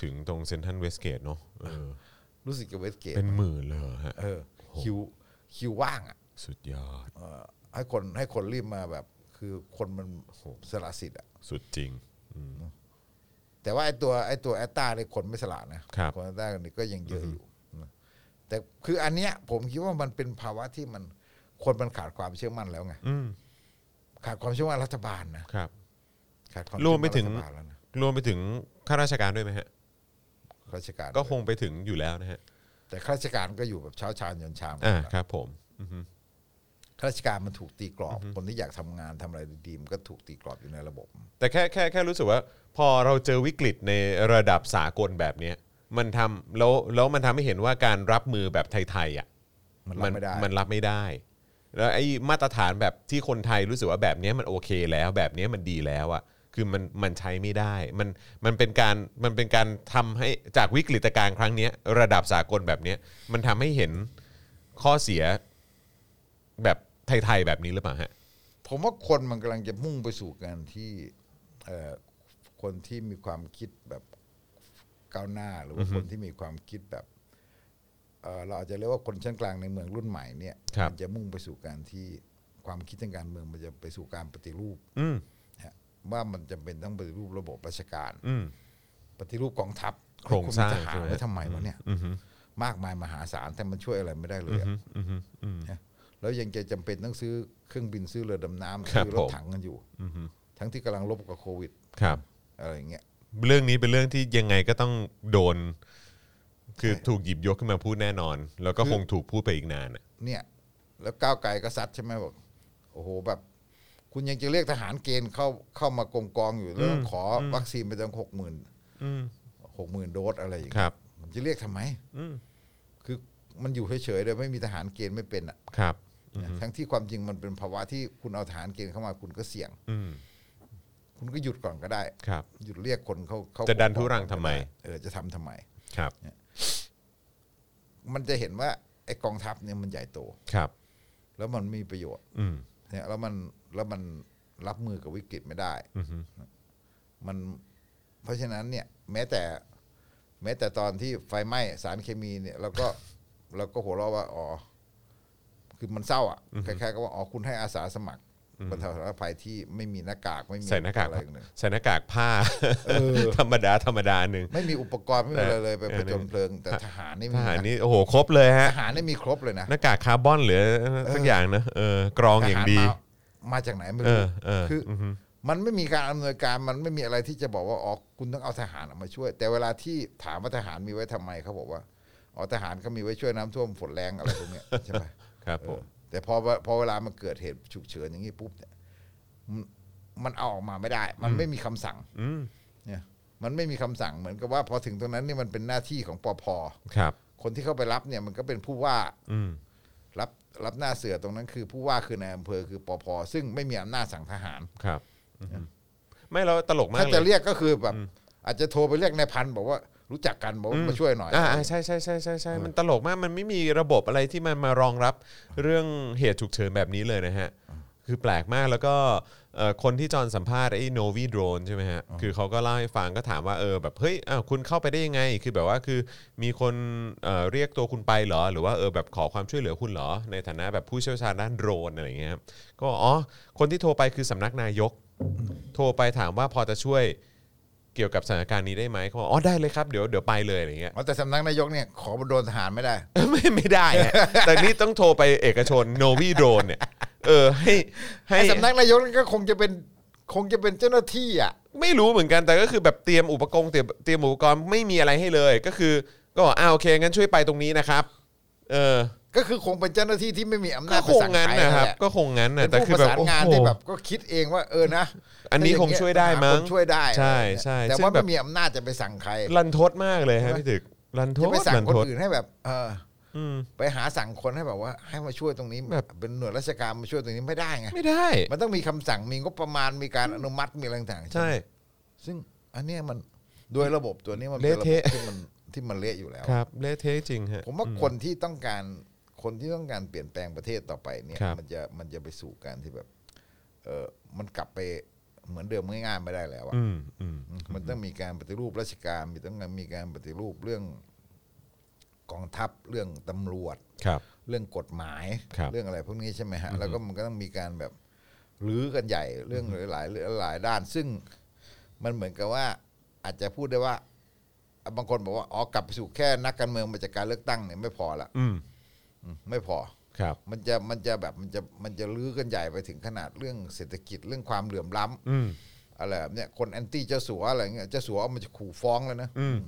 ถึงตรงเซนทันเวสเกตเนาะเออ รู้สึกกับเวสเกต เป็นหมื่นเลยเหรอฮะ เออคิวคิวว่างอ่ะ สุดยอด เอ่อ ให้คนให้คนรีบมาแบบ คือคนมันสละสิทธิ์อะ สุดจริง แต่ว่าไอ้ตัวไอ้ตัวแอตตาเนี่ยคนไม่สละนะครับ นแอตตาเนี่ยก็ยังเยอะอยู่นะแต่คืออันเนี้ย ผมคิดว่ามันเป็นภาวะที่มันคนมันขาดความเชื่อมั่นแล้วไง อืม ขาดความเชื่อมั่นรัฐบาลนะครับ ขาดความ รวมไปถึง เชื่อมั่นรัฐบาลแล้วนะ รวมไปถึงข้าราชการด้วยไหมฮะ ข้าราชการ ก็คงไปถึงอยู่แล้วนะฮะ แต่ข้าราชการก็อยู่แบบเช้าชานยนชาม อ่าครับ ผมอือฮึ ข้าราชการมันถูกตีกรอบ คนที่อยากทำงานทำอะไรดีๆมันก็ถูกตีกรอบอยู่ในระบบ แต่แค่แค่แค่รู้สึกว่า พอเราเจอวิกฤตในระดับสากลแบบเนี้ยมันทำแล้วแล้วมันทำให้เห็นว่าการรับมือแบบไทยๆอ่ะ มันรับไม่ได้ มันรับไม่ได้ แล้วไอ้มาตรฐานแบบที่คนไทยรู้สึกว่าแบบเนี้ยมันโอเคแล้ว แบบเนี้ยมันดีแล้วอ่ะคือมันมันใช้ไม่ได้ มันมันเป็นการมันเป็นการทำให้จากวิกฤตการณ์ครั้งเนี้ยระดับสากลแบบเนี้ยมันทำให้เห็นข้อเสียแบบไทยๆแบบนี้หรือเปล่าฮะ ผมว่าคนมันกำลังจะมุ่งไปสู่การที่เอ่อคนที่มีความคิดแบบก้าวหน้า หรือว่าคนที่มีความคิดแบบเอ่อเราอาจจะเรียกว่าคนชั้นกลางในเมืองรุ่นใหม่เนี่ย ครับ มัจะมุ่งไปสู่การที่ความคิดทางการเมืองมันจะไปสู่การปฏิรูป อืม นะว่ามันจำเป็นต้องปฏิรูประบบราชการ อืม ปฏิรูปกองทัพ โครงสร้าง คุณใช่ไหมีทหารม ไว้ทำไมวะเนี่ย อืม มากมายมหาศาลแต่มันช่วยอะไรไม่ได้เลยอะ อืมอืม นะแล้วยังจะจำเป็นต้องซื้อเครื่องบินซื้อเรือดำน้ำ ครับ ซื้อร ผ ถ ม ถังกันอยู่ อืม ทั้งที่กำลังลบกับโควิด ครับ อะไรอย่างเงี้ย เรื่องนี้เป็นเรื่องที่ยังไงก็ต้องโดน คือถูกหยิบยกขึ้นมาพูดแน่นอน แล้วก็คงถูกพูดไปอีกนานอะ เนี่ย แล้วก้าวไกลก็ซัดใช่ไหมบอกโอ้โหแบบ คุณยังจะเรียกทหารเกณฑ์เข้าเข้ามากรมกองอยู่แล้วขอวัคซีนไปตั้งหกหมื่นหกหมื่นโดสอะไรอย่าง ค เงี้ย รับ มันจะเรียกทำไม อืม คือมันอยู่เฉยๆเลยไม่มีทหารเกณฑ์ไม่เป็นอ่ะ ครับ นะทั้งที่ความจริงมันเป็นภาวะที่คุณเอาทหารเกณฑ์เข้ามาคุณก็เสี่ยง อืม คุณก็หยุดก่อนก็ได้ ครับ หยุดเรียกคนเข้าเข้า จะดันทุรังทำไม เออจะทำทำไม ครับ มันจะเห็นว่าไอ้กองทัพเนี่ยมันใหญ่โต ครับ แล้วมันมีประโยชน์ อืม เนี่ยแล้วมันแล้วมันรับมือกับวิกฤตไม่ได้ อืม มันเพราะฉะนั้นเนี่ย แม้แต่ แม้แต่ตอนที่ไฟไหม้สารเคมีเนี่ยเราก็เราก็หัวเราะว่าอ๋อคือมันเศร้าอ่ะคล้ายๆกับว่าอ๋อคุณให้อาสาสมัครบรรเทาสาธารณภัยที่ไม่มีหน้ากากไม่มี ใส่หน้ากาก อะไรเลย ใส่หน้ากากผ้า เออ ธรรมดาธรรมดาหนึ่ง ไม่มีอุปกรณ์ไม่มีอะไรเลยไป เออ ไปจนเพลิง แต่ทหารนี่ ท มี หาร นะ นี่โอ้โหครบเลย ฮะ ทหารนี่มีครบเลยนะ หน้ากากคาร์บอนหรือสักอย่างนะเออกรองอย่างดี ทหรมามาจากไหนไม่ เอ รู้ อเออ คืออ อืม มันไม่มีการอำนวยการมันไม่มีอะไรที่จะบอกว่าอ๋อคุณต้องเอาทหารออกมาช่วย แต่เวลาที่ถามว่าทหารมีไว้ทำไมเขาบอกว่าอ๋อทหารก็มีไว้ช่วยน้ำท่วมฝนแรงอะไร พวกเนี้ย ใช่ไหม ครับ เอ ผ อ ม แต่พอวะพอเวลามันเกิดเหตุฉุกเฉินอย่างนี้ปุ๊บเนี่ยมันมันเอาออกมาไม่ได้ มันไม่มีคำสั่ง อืม เนี่ยมันไม่มีคำสั่งเหมือนกับว่าพอถึงตรงนั้นเนี่ยมันเป็นหน้าที่ของปพ ครับ คนที่เข้าไปรับเนี่ยมันก็เป็นผู้ว่า อืม รับรับหน้าเสือตรงนั้นคือผู้ว่าคือในายอำเภอคือปพซึ่งไม่มีอำนาจสั่งทหาร ครับอืมไม่เราตลกมาก ถ้า เล จะ ย เรียกก็คือแบบ อาจจะโทรไปเรียกนายพันธุ์บอกว่ารู้จักกันบอกว่ามาช่วยหน่อย อ่าอ่าใช่ใช่ใช่ใช่ใช่มันตลกมากมันไม่มีระบบอะไรที่มันมารองรับเรื่องเหตุฉุกเฉินแบบนี้เลยนะฮะ คือแปลกมากแล้วก็เอ่อคนที่จอนสัมภาษณ์ไอ้โนวีโดรนใช่ไหมฮะ คือเขาก็เล่าให้ฟังก็ถามว่าเออแบบเฮ้ยอ้าวคุณเข้าไปได้ยังไง คือแบบว่าคือมีคนเอ่อเรียกตัวคุณไปเหรอ หรือว่าเออแบบขอความช่วยเหลือคุณเหรอ ในฐานะแบบผู้เชี่ยวชาญด้านโดรนอะไรอย่างเงี้ยครับก็บอกอ๋อคนที่โทรไปคือสำนักนายก โทรไปถามว่าพอจะช่วยเกี่ยวกับสถานการณ์นี้ได้ไหมเขาบอกอ๋อได้เลยครับเดี๋ยวเดี๋ยวไปเลยอะไรอย่างเงี้ย อ๋อแต่สำนักนายกเนี่ยขอบนโดนทหารไม่ ได้ ไม่ไม่ได้ฮะ แต่นี่ต้องโทรไปเอกชนโนวีโดรนเนี่ย เออให้ให้ ไอ้สำนักนายกนั่นก็คงจะเป็นคงจะเป็นเจ้าหน้าที่อ่ะ ไม่รู้เหมือนกันแต่ก็คือแบบเตรียมอุปกรณ์เตรียมเตรียมอุปกรณ์ไม่มีอะไรให้เลย ก็คือ ก็บอกอ้าวโอเคงั้นช่วยไปตรงนี้นะครับ เออ ก็คือคงเป็นเจ้าหน้าที่ที่ไม่มีอำนา ก็ จไป คง สั่ง งั้น ใคร นะครับ แหละ ก็คงงั้นนะ เป็ แต่ น คื ผู้ อ ประ แบบ สาน โอ้ งาน โห ที่แบบก็คิดเองว่าเออนะ อันนี้คงช่วยได้มั้ง คงช่วยได้ ใช่ อะไรอย่างเงี้ย ใช่ แต่ ซึ่ง ว่า แบ ไม่ บ มีอำนาจจะไปสั่งใคร ลันทดมากเลยฮะพี่ถึกลันท จะ ด ไปสั่ง ลัน คน ทด อื่นให้แบบเออ อืม ไปหาสั่งคนให้แบบว่า ให้มาช่วยตรงนี้ แบบ เป็นหน่วยราชการมาช่วยตรงนี้ไม่ได้ไง ไม่ได้ มันต้องมีคำสั่งมีงบประมาณมีการอนุมัติมีอะไรต่างๆ ใช่ ซึ่งอันเนี้ยมันโดยระบบตัวนี้มันเป็น เละ ระบบ เทะ ที่มันที่มันเละอยู่แล้ว ครับเละเทะจริงฮะ ผมว่าคนที่ต้องการคนที่ต้องการเปลี่ยนแปลงประเทศต่อไปเนี่ย ครับ มันจะมันจะไปสู่การที่แบบเออมันกลับไปเหมือนเดิมง่ายๆไม่ได้แล้วอะ อืมอืม มันต้องมีการปฏิรูปราชการมีต้องมีการปฏิรูปเรื่องกองทัพเรื่องตำรวจ ครับ เรื่องกฎหมาย ครับ เรื่องอะไรพวกนี้ใช่ไหมฮะแล้วก็มันก็ต้องมีการแบบรื้อกันใหญ่เรื่องหลายๆหลายด้าน ซึ่งมันเหมือนกับว่า อาจจะพูดได้ว่าอ่ะบางคนบอกว่าอ๋อกลับไปสู่แค่นักการเมืองมาจากการเลือกตั้งเนี่ยไม่พอละ อืม อืมไม่พอ ครับ มันจะมันจะแบบมันจะมันจะลื้อกันใหญ่ไปถึงขนาดเรื่องเศรษฐกิจเรื่องความเหลื่อมล้ำ อืม อะไรแบบเนี้ยคนแอนตี้เจ้าสัวอะไรเงี้ยเจ้าสัวมันจะขู่ฟ้องแล้วนะ อื ม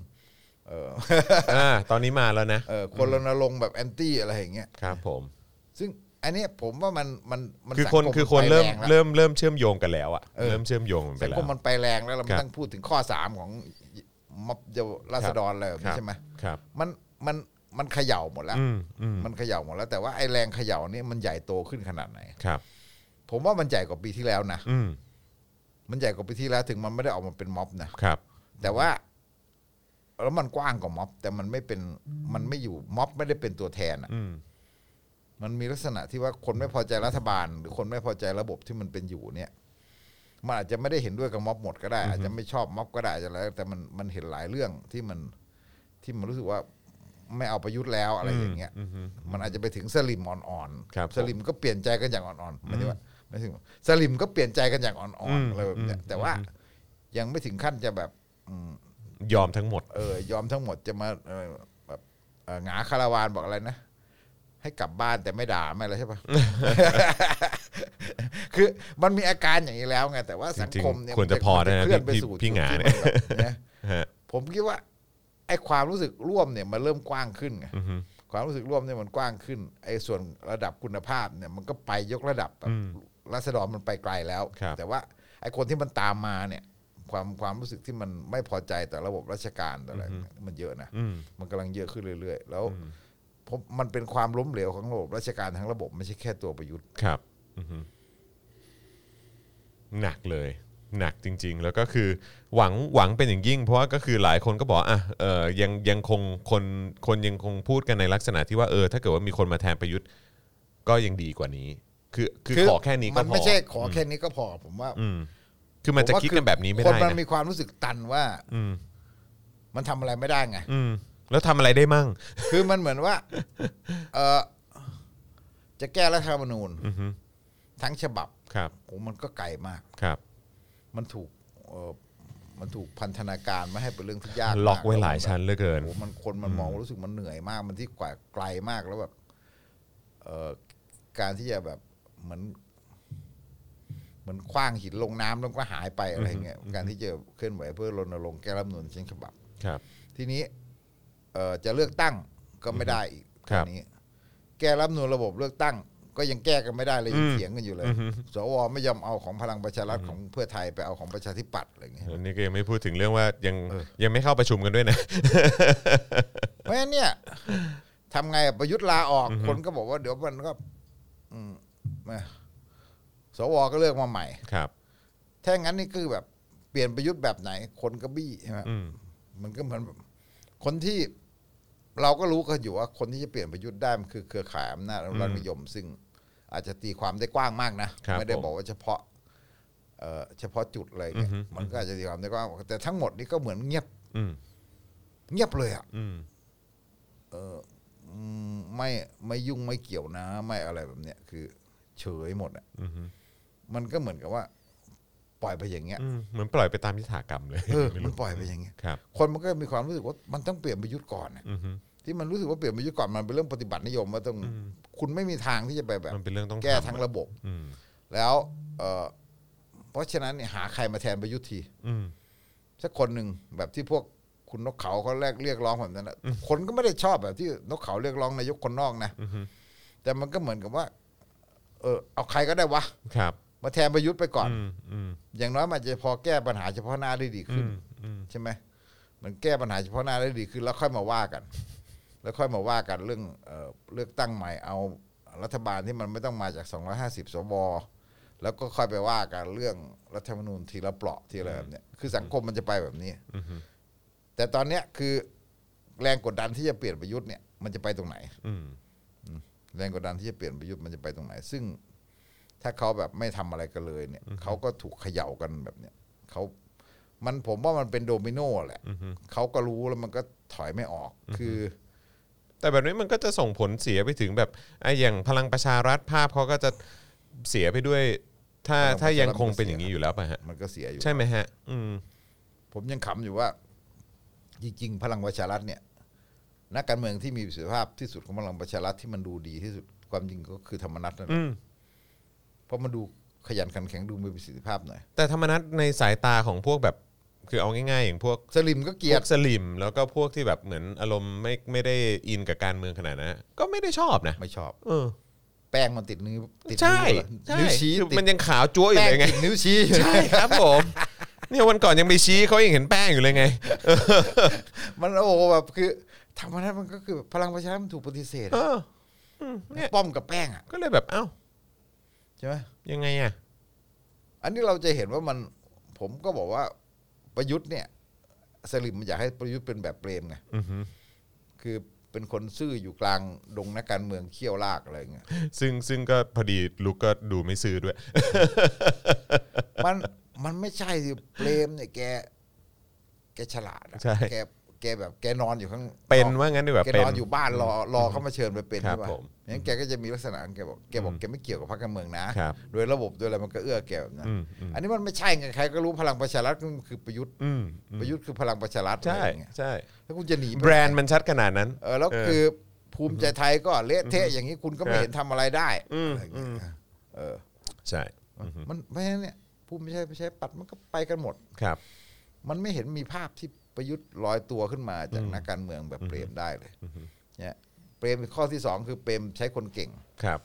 เออ อ่าตอนนี้มาแล้วนะ เออคนรณรงค์แบบแอนตี้อะไรอย่างเงี้ย ครับผม ซึ่งอันเนี้ยผมว่ามันมันมั คือ สัง คน ม คือคน ไป เริ่ม แงแล้ว เริ่มเริ่มเชื่อมโยงกันแล้วอ่ะ เออ เริ่มเชื่อมโยงกันไป สัง แล้ คว มมันไปแรงแล้วเรา ครั ไม่ บ ต้องพูดถึงข้อสามของม็อบเยาวราษฎรเลย ครับ ใช่ไหม ครับ มันมันมันเขย่าหมดแล้ว อืมอืม มันเขย่าหมดแล้ว แต่ว่าไอ้แรงเขย่านี่มันใหญ่โตขึ้นขนาดไหน ครับ ผมว่ามันใหญ่กว่าปีที่แล้วนะ อืม มันใหญ่กว่าปีที่แล้วถึงมันไม่ได้ออกมาเป็นม็อบนะ ครับ แต่ว่าแล้วมันกว้างกว่าม็อบ แต่มันไม่เป็นมันไม่อยู่ม็อบไม่ได้เป็นตัวแทนอะ อืม มันมีลักษณะที่ว่าคนไม่พอใจรัฐบาล หรือคนไม่พอใจระบบที่มันเป็นอยู่เนี่ย มันอาจจะไม่ได้เห็นด้วยกับม็อบหมดก็ได้ อาจจะไม่ชอบม็อบก็ได้อาจจะอะไรแต่มันมันเห็นหลายเรื่องที่มันที่มันรู้สึกว่าไม่เอาประยุทธ์แล้วอะไรอย่างเงี้ย อืม มันอาจจะไปถึงสลิมอ่อน ครับ ๆสลิมก็เปลี่ยนใจกันอย่างอ่อนๆไม่ใช่ว่าไม่ถึงสลิมก็เปลี่ยนใจกันอย่างอ่ อื อน ม ๆอะไรแบบเนี้ย อืม แต่ว่ายังไม่ถึงขั้นจะแบบอืม ยอมทั้งหมด เออยอมทั้งหมดจะมาเออแบบเอ่อหงาคาราวานบอกอะไรนะ ให้กลับบ้านแต่ไม่ด่าไม่อะไรใช่ ปะ คือมันมีอาการอย่างนี้แล้วไงแต่ว่าสังคมเนี่ย จริงๆควรจะพอได้นะ มัเคลื่อนไป พี่ สู่ พี่หงา จุด เนี่ ที่ ย มันแบบเนี้ย ฮะ ผมคิดว่าไอ้ความรู้สึกร่วมเนี่ยมันเริ่มกว้างขึ้นไง อืม ความรู้สึกร่วมเนี่ยมันกว้างขึ้นไอ้ส่วนระดับคุณภาพเนี่ยมันก็ไปยกระดับแบบ อืม รัศดรมันไปไกลแล้ว ครับ แต่ว่าไอ้คนที่มันตามมาเนี่ย ความความรู้สึกที่มันไม่พอใจต่อระบบราชการต่ออะไรเนี่ยมันเยอะนะ อืม มันกำลังเยอะขึ้นเรื่อย ๆ แล้วผมมันเป็นความล้มเหลวของระบบราชการทั้งระบบไม่ใช่แค่ตัวประยุทธ์ ครับอืมหนักเลย หนักจริง ๆ แล้วก็คือหวังหวังเป็นอย่างยิ่ง เพราะว่าก็คือหลายคนก็บอกอ่ะเออยังยังคงคนคนยังคงพูดกันในลักษณะที่ว่าเออ ถ้าเกิดว่ามีคนมาแทนประยุทธ์ ก็ยังดีกว่านี้ คือคือขอแค่นี้ก็ มัน พอ ไม่ใช่ขอแค่นี้ก็พอผมว่า อืมคือมันจะ ผว่า คิดกันแบบนี้ไม่ ค ได้ นมัน นะ มีความรู้สึกตันว่า อืม มันทำอะไรไม่ได้ไง อืมแล้วทำอะไรได้มั่ง คือมันเหมือนว่า เออจะแก้รัฐธรรมนูญ อือฮึ ทั้งฉบับ ครับ ผมมันก็ไกลมาก ครับ มันถูกเอ่อมันถูกพันธนาการไม่ให้เป็นเรื่องที่ยากม ล็อกไว้หลายชั้นเหลือเกิน โอ้โหมันคนมันมองรู้สึกมันเหนื่อยมาก มันที่กว่าไกลมากแล้วแบบเอ่อการที่จะแบบเหมือนเหมือนคว้างหินลงน้ำแล้วก็หายไปอะไรเงี้ย การที่จะเคลื่อนไหวเพื่อรณรงค์แก้รัฐธรรมนูญเช่นฉบับ ครับ ทีนี้เอ่อจะเลือกตั้งก็ไม่ได้อีก ครับ ทีนี้ แก้รัฐธรรมนูญระบบเลือกตั้ง ก็ยังแก้กันไม่ได้เลยยังเถียงกันอยู่เลย สวไม่ยอมเอาของพลังประชารัฐของเพื่อไทยไปเอาของประชาธิปัตย์อะไรเงี้ย อันนี้ก็ยังไม่พูดถึงเรื่องว่ายัง เออ ยังไม่เข้าประชุมกันด้วยนะ เพราะฉะนั้นเนี่ยทำไงอะประยุทธ์ลาออกคนก็บอกว่าเดี๋ยวมันก็ อืมแม่สวก็เลือกมาใหม่ ครับ ถ้างั้นนี่คือแบบเปลี่ยนประยุทธ์แบบไหน คนก็บี้ใช่ไหม อืม มันก็เหมือนแบบคนที่ เราก็รู้กันอยู่ว่า คนที่จะเปลี่ยนประยุทธ์ได้มันคือเครือข่ายอำนาจอนุรัฐนิยม ซึ่งอาจจะตีความได้กว้างมากนะครับไม่ได้ ผม บอกว่าเฉพาะ เอ่อเฉพาะจุดอะไรเงี้ย อือฮึ มันก็อาจจะตีความได้กว้างแต่ทั้งหมดนี่ก็เหมือนเงียบ อืม เงียบเลยอ่ะ อืม อืมไม่ไม่ยุ่งไม่เกี่ยวนะ ไม่อะไรแบบเนี้ยคือ เฉยหมดอ่ะ อืม มันก็เหมือนกับว่า ปล่อยไปอย่างเงี้ย อืมเหมือนปล่อยไปตามยถากรรมเลย เออ ไม่ มั รู้ นปล่อยไปอย่างเงี้ย ครับ คนมันก็มีความรู้สึกว่ามันต้องเปลี่ยนประยุทธ์ก่อนน่ะ อือฮึ ที่มันรู้สึกว่าเปลี่ยนประยุทธ์ก่อนมันเป็นเรื่องปฏิบัตินิยมว่าต้องคุณไม่มีทางที่จะไปแบบ มันเป็นเรื่องต้อง แก้ ทำ ทั้ง อะ ระบบ อืม แล้วเอ่อเพราะฉะนั้นเนี่ยหาใครมาแทนประยุทธ์ที อืม สักคนหนึ่งแบบที่พวกคุณนกเขาเขาแรกเรียกร้องแบบนั้นนะคนก็ไม่ได้ชอบแบบที่นกเขาเรียกร้องนายกคนนอกนะแต่มันก็เหมือนกับว่า เออเอาใครก็ได้วะ ครับ มาแทนประยุทธ์ไปก่อน อืมอืม อย่างน้อยมันอาจจะพอแก้ปัญหาเฉพาะหน้าได้ดี อื ขึ้น มอืม ใช่ไหมมันแก้ปัญหาเฉพาะหน้าได้ดีขึ้นแล้วค่อยมาว่ากัน แล้วค่อยมาว่ากันเรื่องเอ่อเลือกตั้งใหม่เอารัฐบาลที่มันไม่ต้องมาจาก 250 สว แล้วก็ค่อยไปว่ากันเรื่องรัฐธรรมนูญทีละเปราะทีละแบบเนี้ยคือสังคมมันจะไปแบบนี้ อืม แต่ตอนเนี้ยคือแรงกดดันที่จะเปลี่ยนประยุทธ์เนี่ยมันจะไปตรงไหน อืม แรงกดดันที่จะเปลี่ยนประยุทธ์มันจะไปตรงไหน ซึ่งถ้าเขาแบบไม่ทำอะไรกันเลยเนี่ยเขาก็ถูกเขย่ากันแบบเนี้ยเขามันผมว่ามันเป็นโดมิโนแหละเขาก็รู้แล้วมันก็ถอยไม่ออก คือ แต่แบบนี้มันก็จะส่งผลเสียไปถึงแบบไอ้อย่างพลังประชารัฐภาพเขาก็จะเสียไปด้วย ถ้า พลังประชารัฐ ถ้ายังคงเป็นอย่างนี้อยู่แล้วป่ะฮะ มันก็เสียอยู่ ใช่ไหมฮะ อืม ผมยังขำอยู่ว่า จริงๆ พลังประชารัฐเนี่ยนักการเมืองที่มีประสิทธิภาพที่สุดของพลังประชารัฐที่มันดูดีที่สุดความจริงก็คือธรรมนัตนั่นแห อื ละ ม เพราะมันดูขยันขันแข็งดูมีประสิทธิภาพหน่อย แต่ธรรมนัตในสายตาของพวกแบบ คือเอาง่ายๆ อย่างพวก สลิมก็เกลี พ ยด วกสลิม แล้วก็พวกที่แบบเหมือนอารมณ์ไม่ไม่ได้อินกับการเมืองขนาดนั้นอะก็ไม่ได้ชอบนะ ไม่ชอบ เออ แป้งมันติดนิ้วติด ใช่ นิ้วเหรอ ใช่ นิ้วชี้ คือ ติด มันยังขาวจั๊วอยู่ แป้ง เลยไง ติดนิ้วชี้อยู่ ใช่ครับผม เนี่ยวันก่อนยังไปชี้เขายังเห็นแป้งอยู่เลยไง มันโอ้โหแบบคือธรรมนัตมันก็คือพลังประชารัฐมันถูกปฏิเสธ เอออะอืมเนี่ย ป้อมกับแป้งอ่ะ ก็เลยแบบเอ้า ใช่ไหม ยังไงอ่ะ อันนี้เราจะเห็นว่ามันผมก็บอกว่าประยุทธ์เนี่ย สลิมมันอยากให้ประยุทธ์เป็นแบบเปรมไงคือเป็นคนซื่ออยู่กลางดงนักการเมืองเขี้ยวลากอะไรอย่างเงี้ย ซึ่งซึ่งก็พอดีลุกก็ดูไม่ซื้อด้วย มันมันไม่ใช่สิเปรมเนี่ยแก แกฉลาดอะ ใช่ แกแกแบบแกนอนอยู่ข้าง เป็น อก ว่างั้นดีกว่า แก เป็น นอนอยู่บ้านรอรอเขามาเชิญไปเป็น ครับ ใช่ป่ะ ผม งั้นแกก็จะมีลักษณะของแกบอกแกบอกแกไม่เกี่ยวกับพรรคการเมืองนะครับ โดยระบบโดยอะไรมันก็เอื้อแกแบบนั้น อืมอืม อันนี้มันไม่ใช่ไงใครก็รู้พลังประชารัฐมันคือประยุทธ์ อืม ประยุทธ์คือพลังประชารัฐ ใช่ อะไรอย่างเงี้ย ใช่ แล้วคุณจะหนีไป แบรนด์มันชัดขนาดนั้น เออแล้ว เออ คือภูมิใจไทยก็เละเทะอย่างนี้คุณก็ไม่เห็นทำอะไรได้อะไรอย่างเงี้ยเออ ใช่ อมันเพราะฉะนั้นเนี่ยภูมิใจไทยประชาธิปัตย์มันก็ไปกันหมด ครับ มันไม่เห็นมีภาพที่ประยุทธ์ลอยตัวขึ้นมาจากนักการเมืองแบบเปรมได้เลยเนี่ยเปรมข้อที่สองคือเปรมใช้คนเก่ง ครับ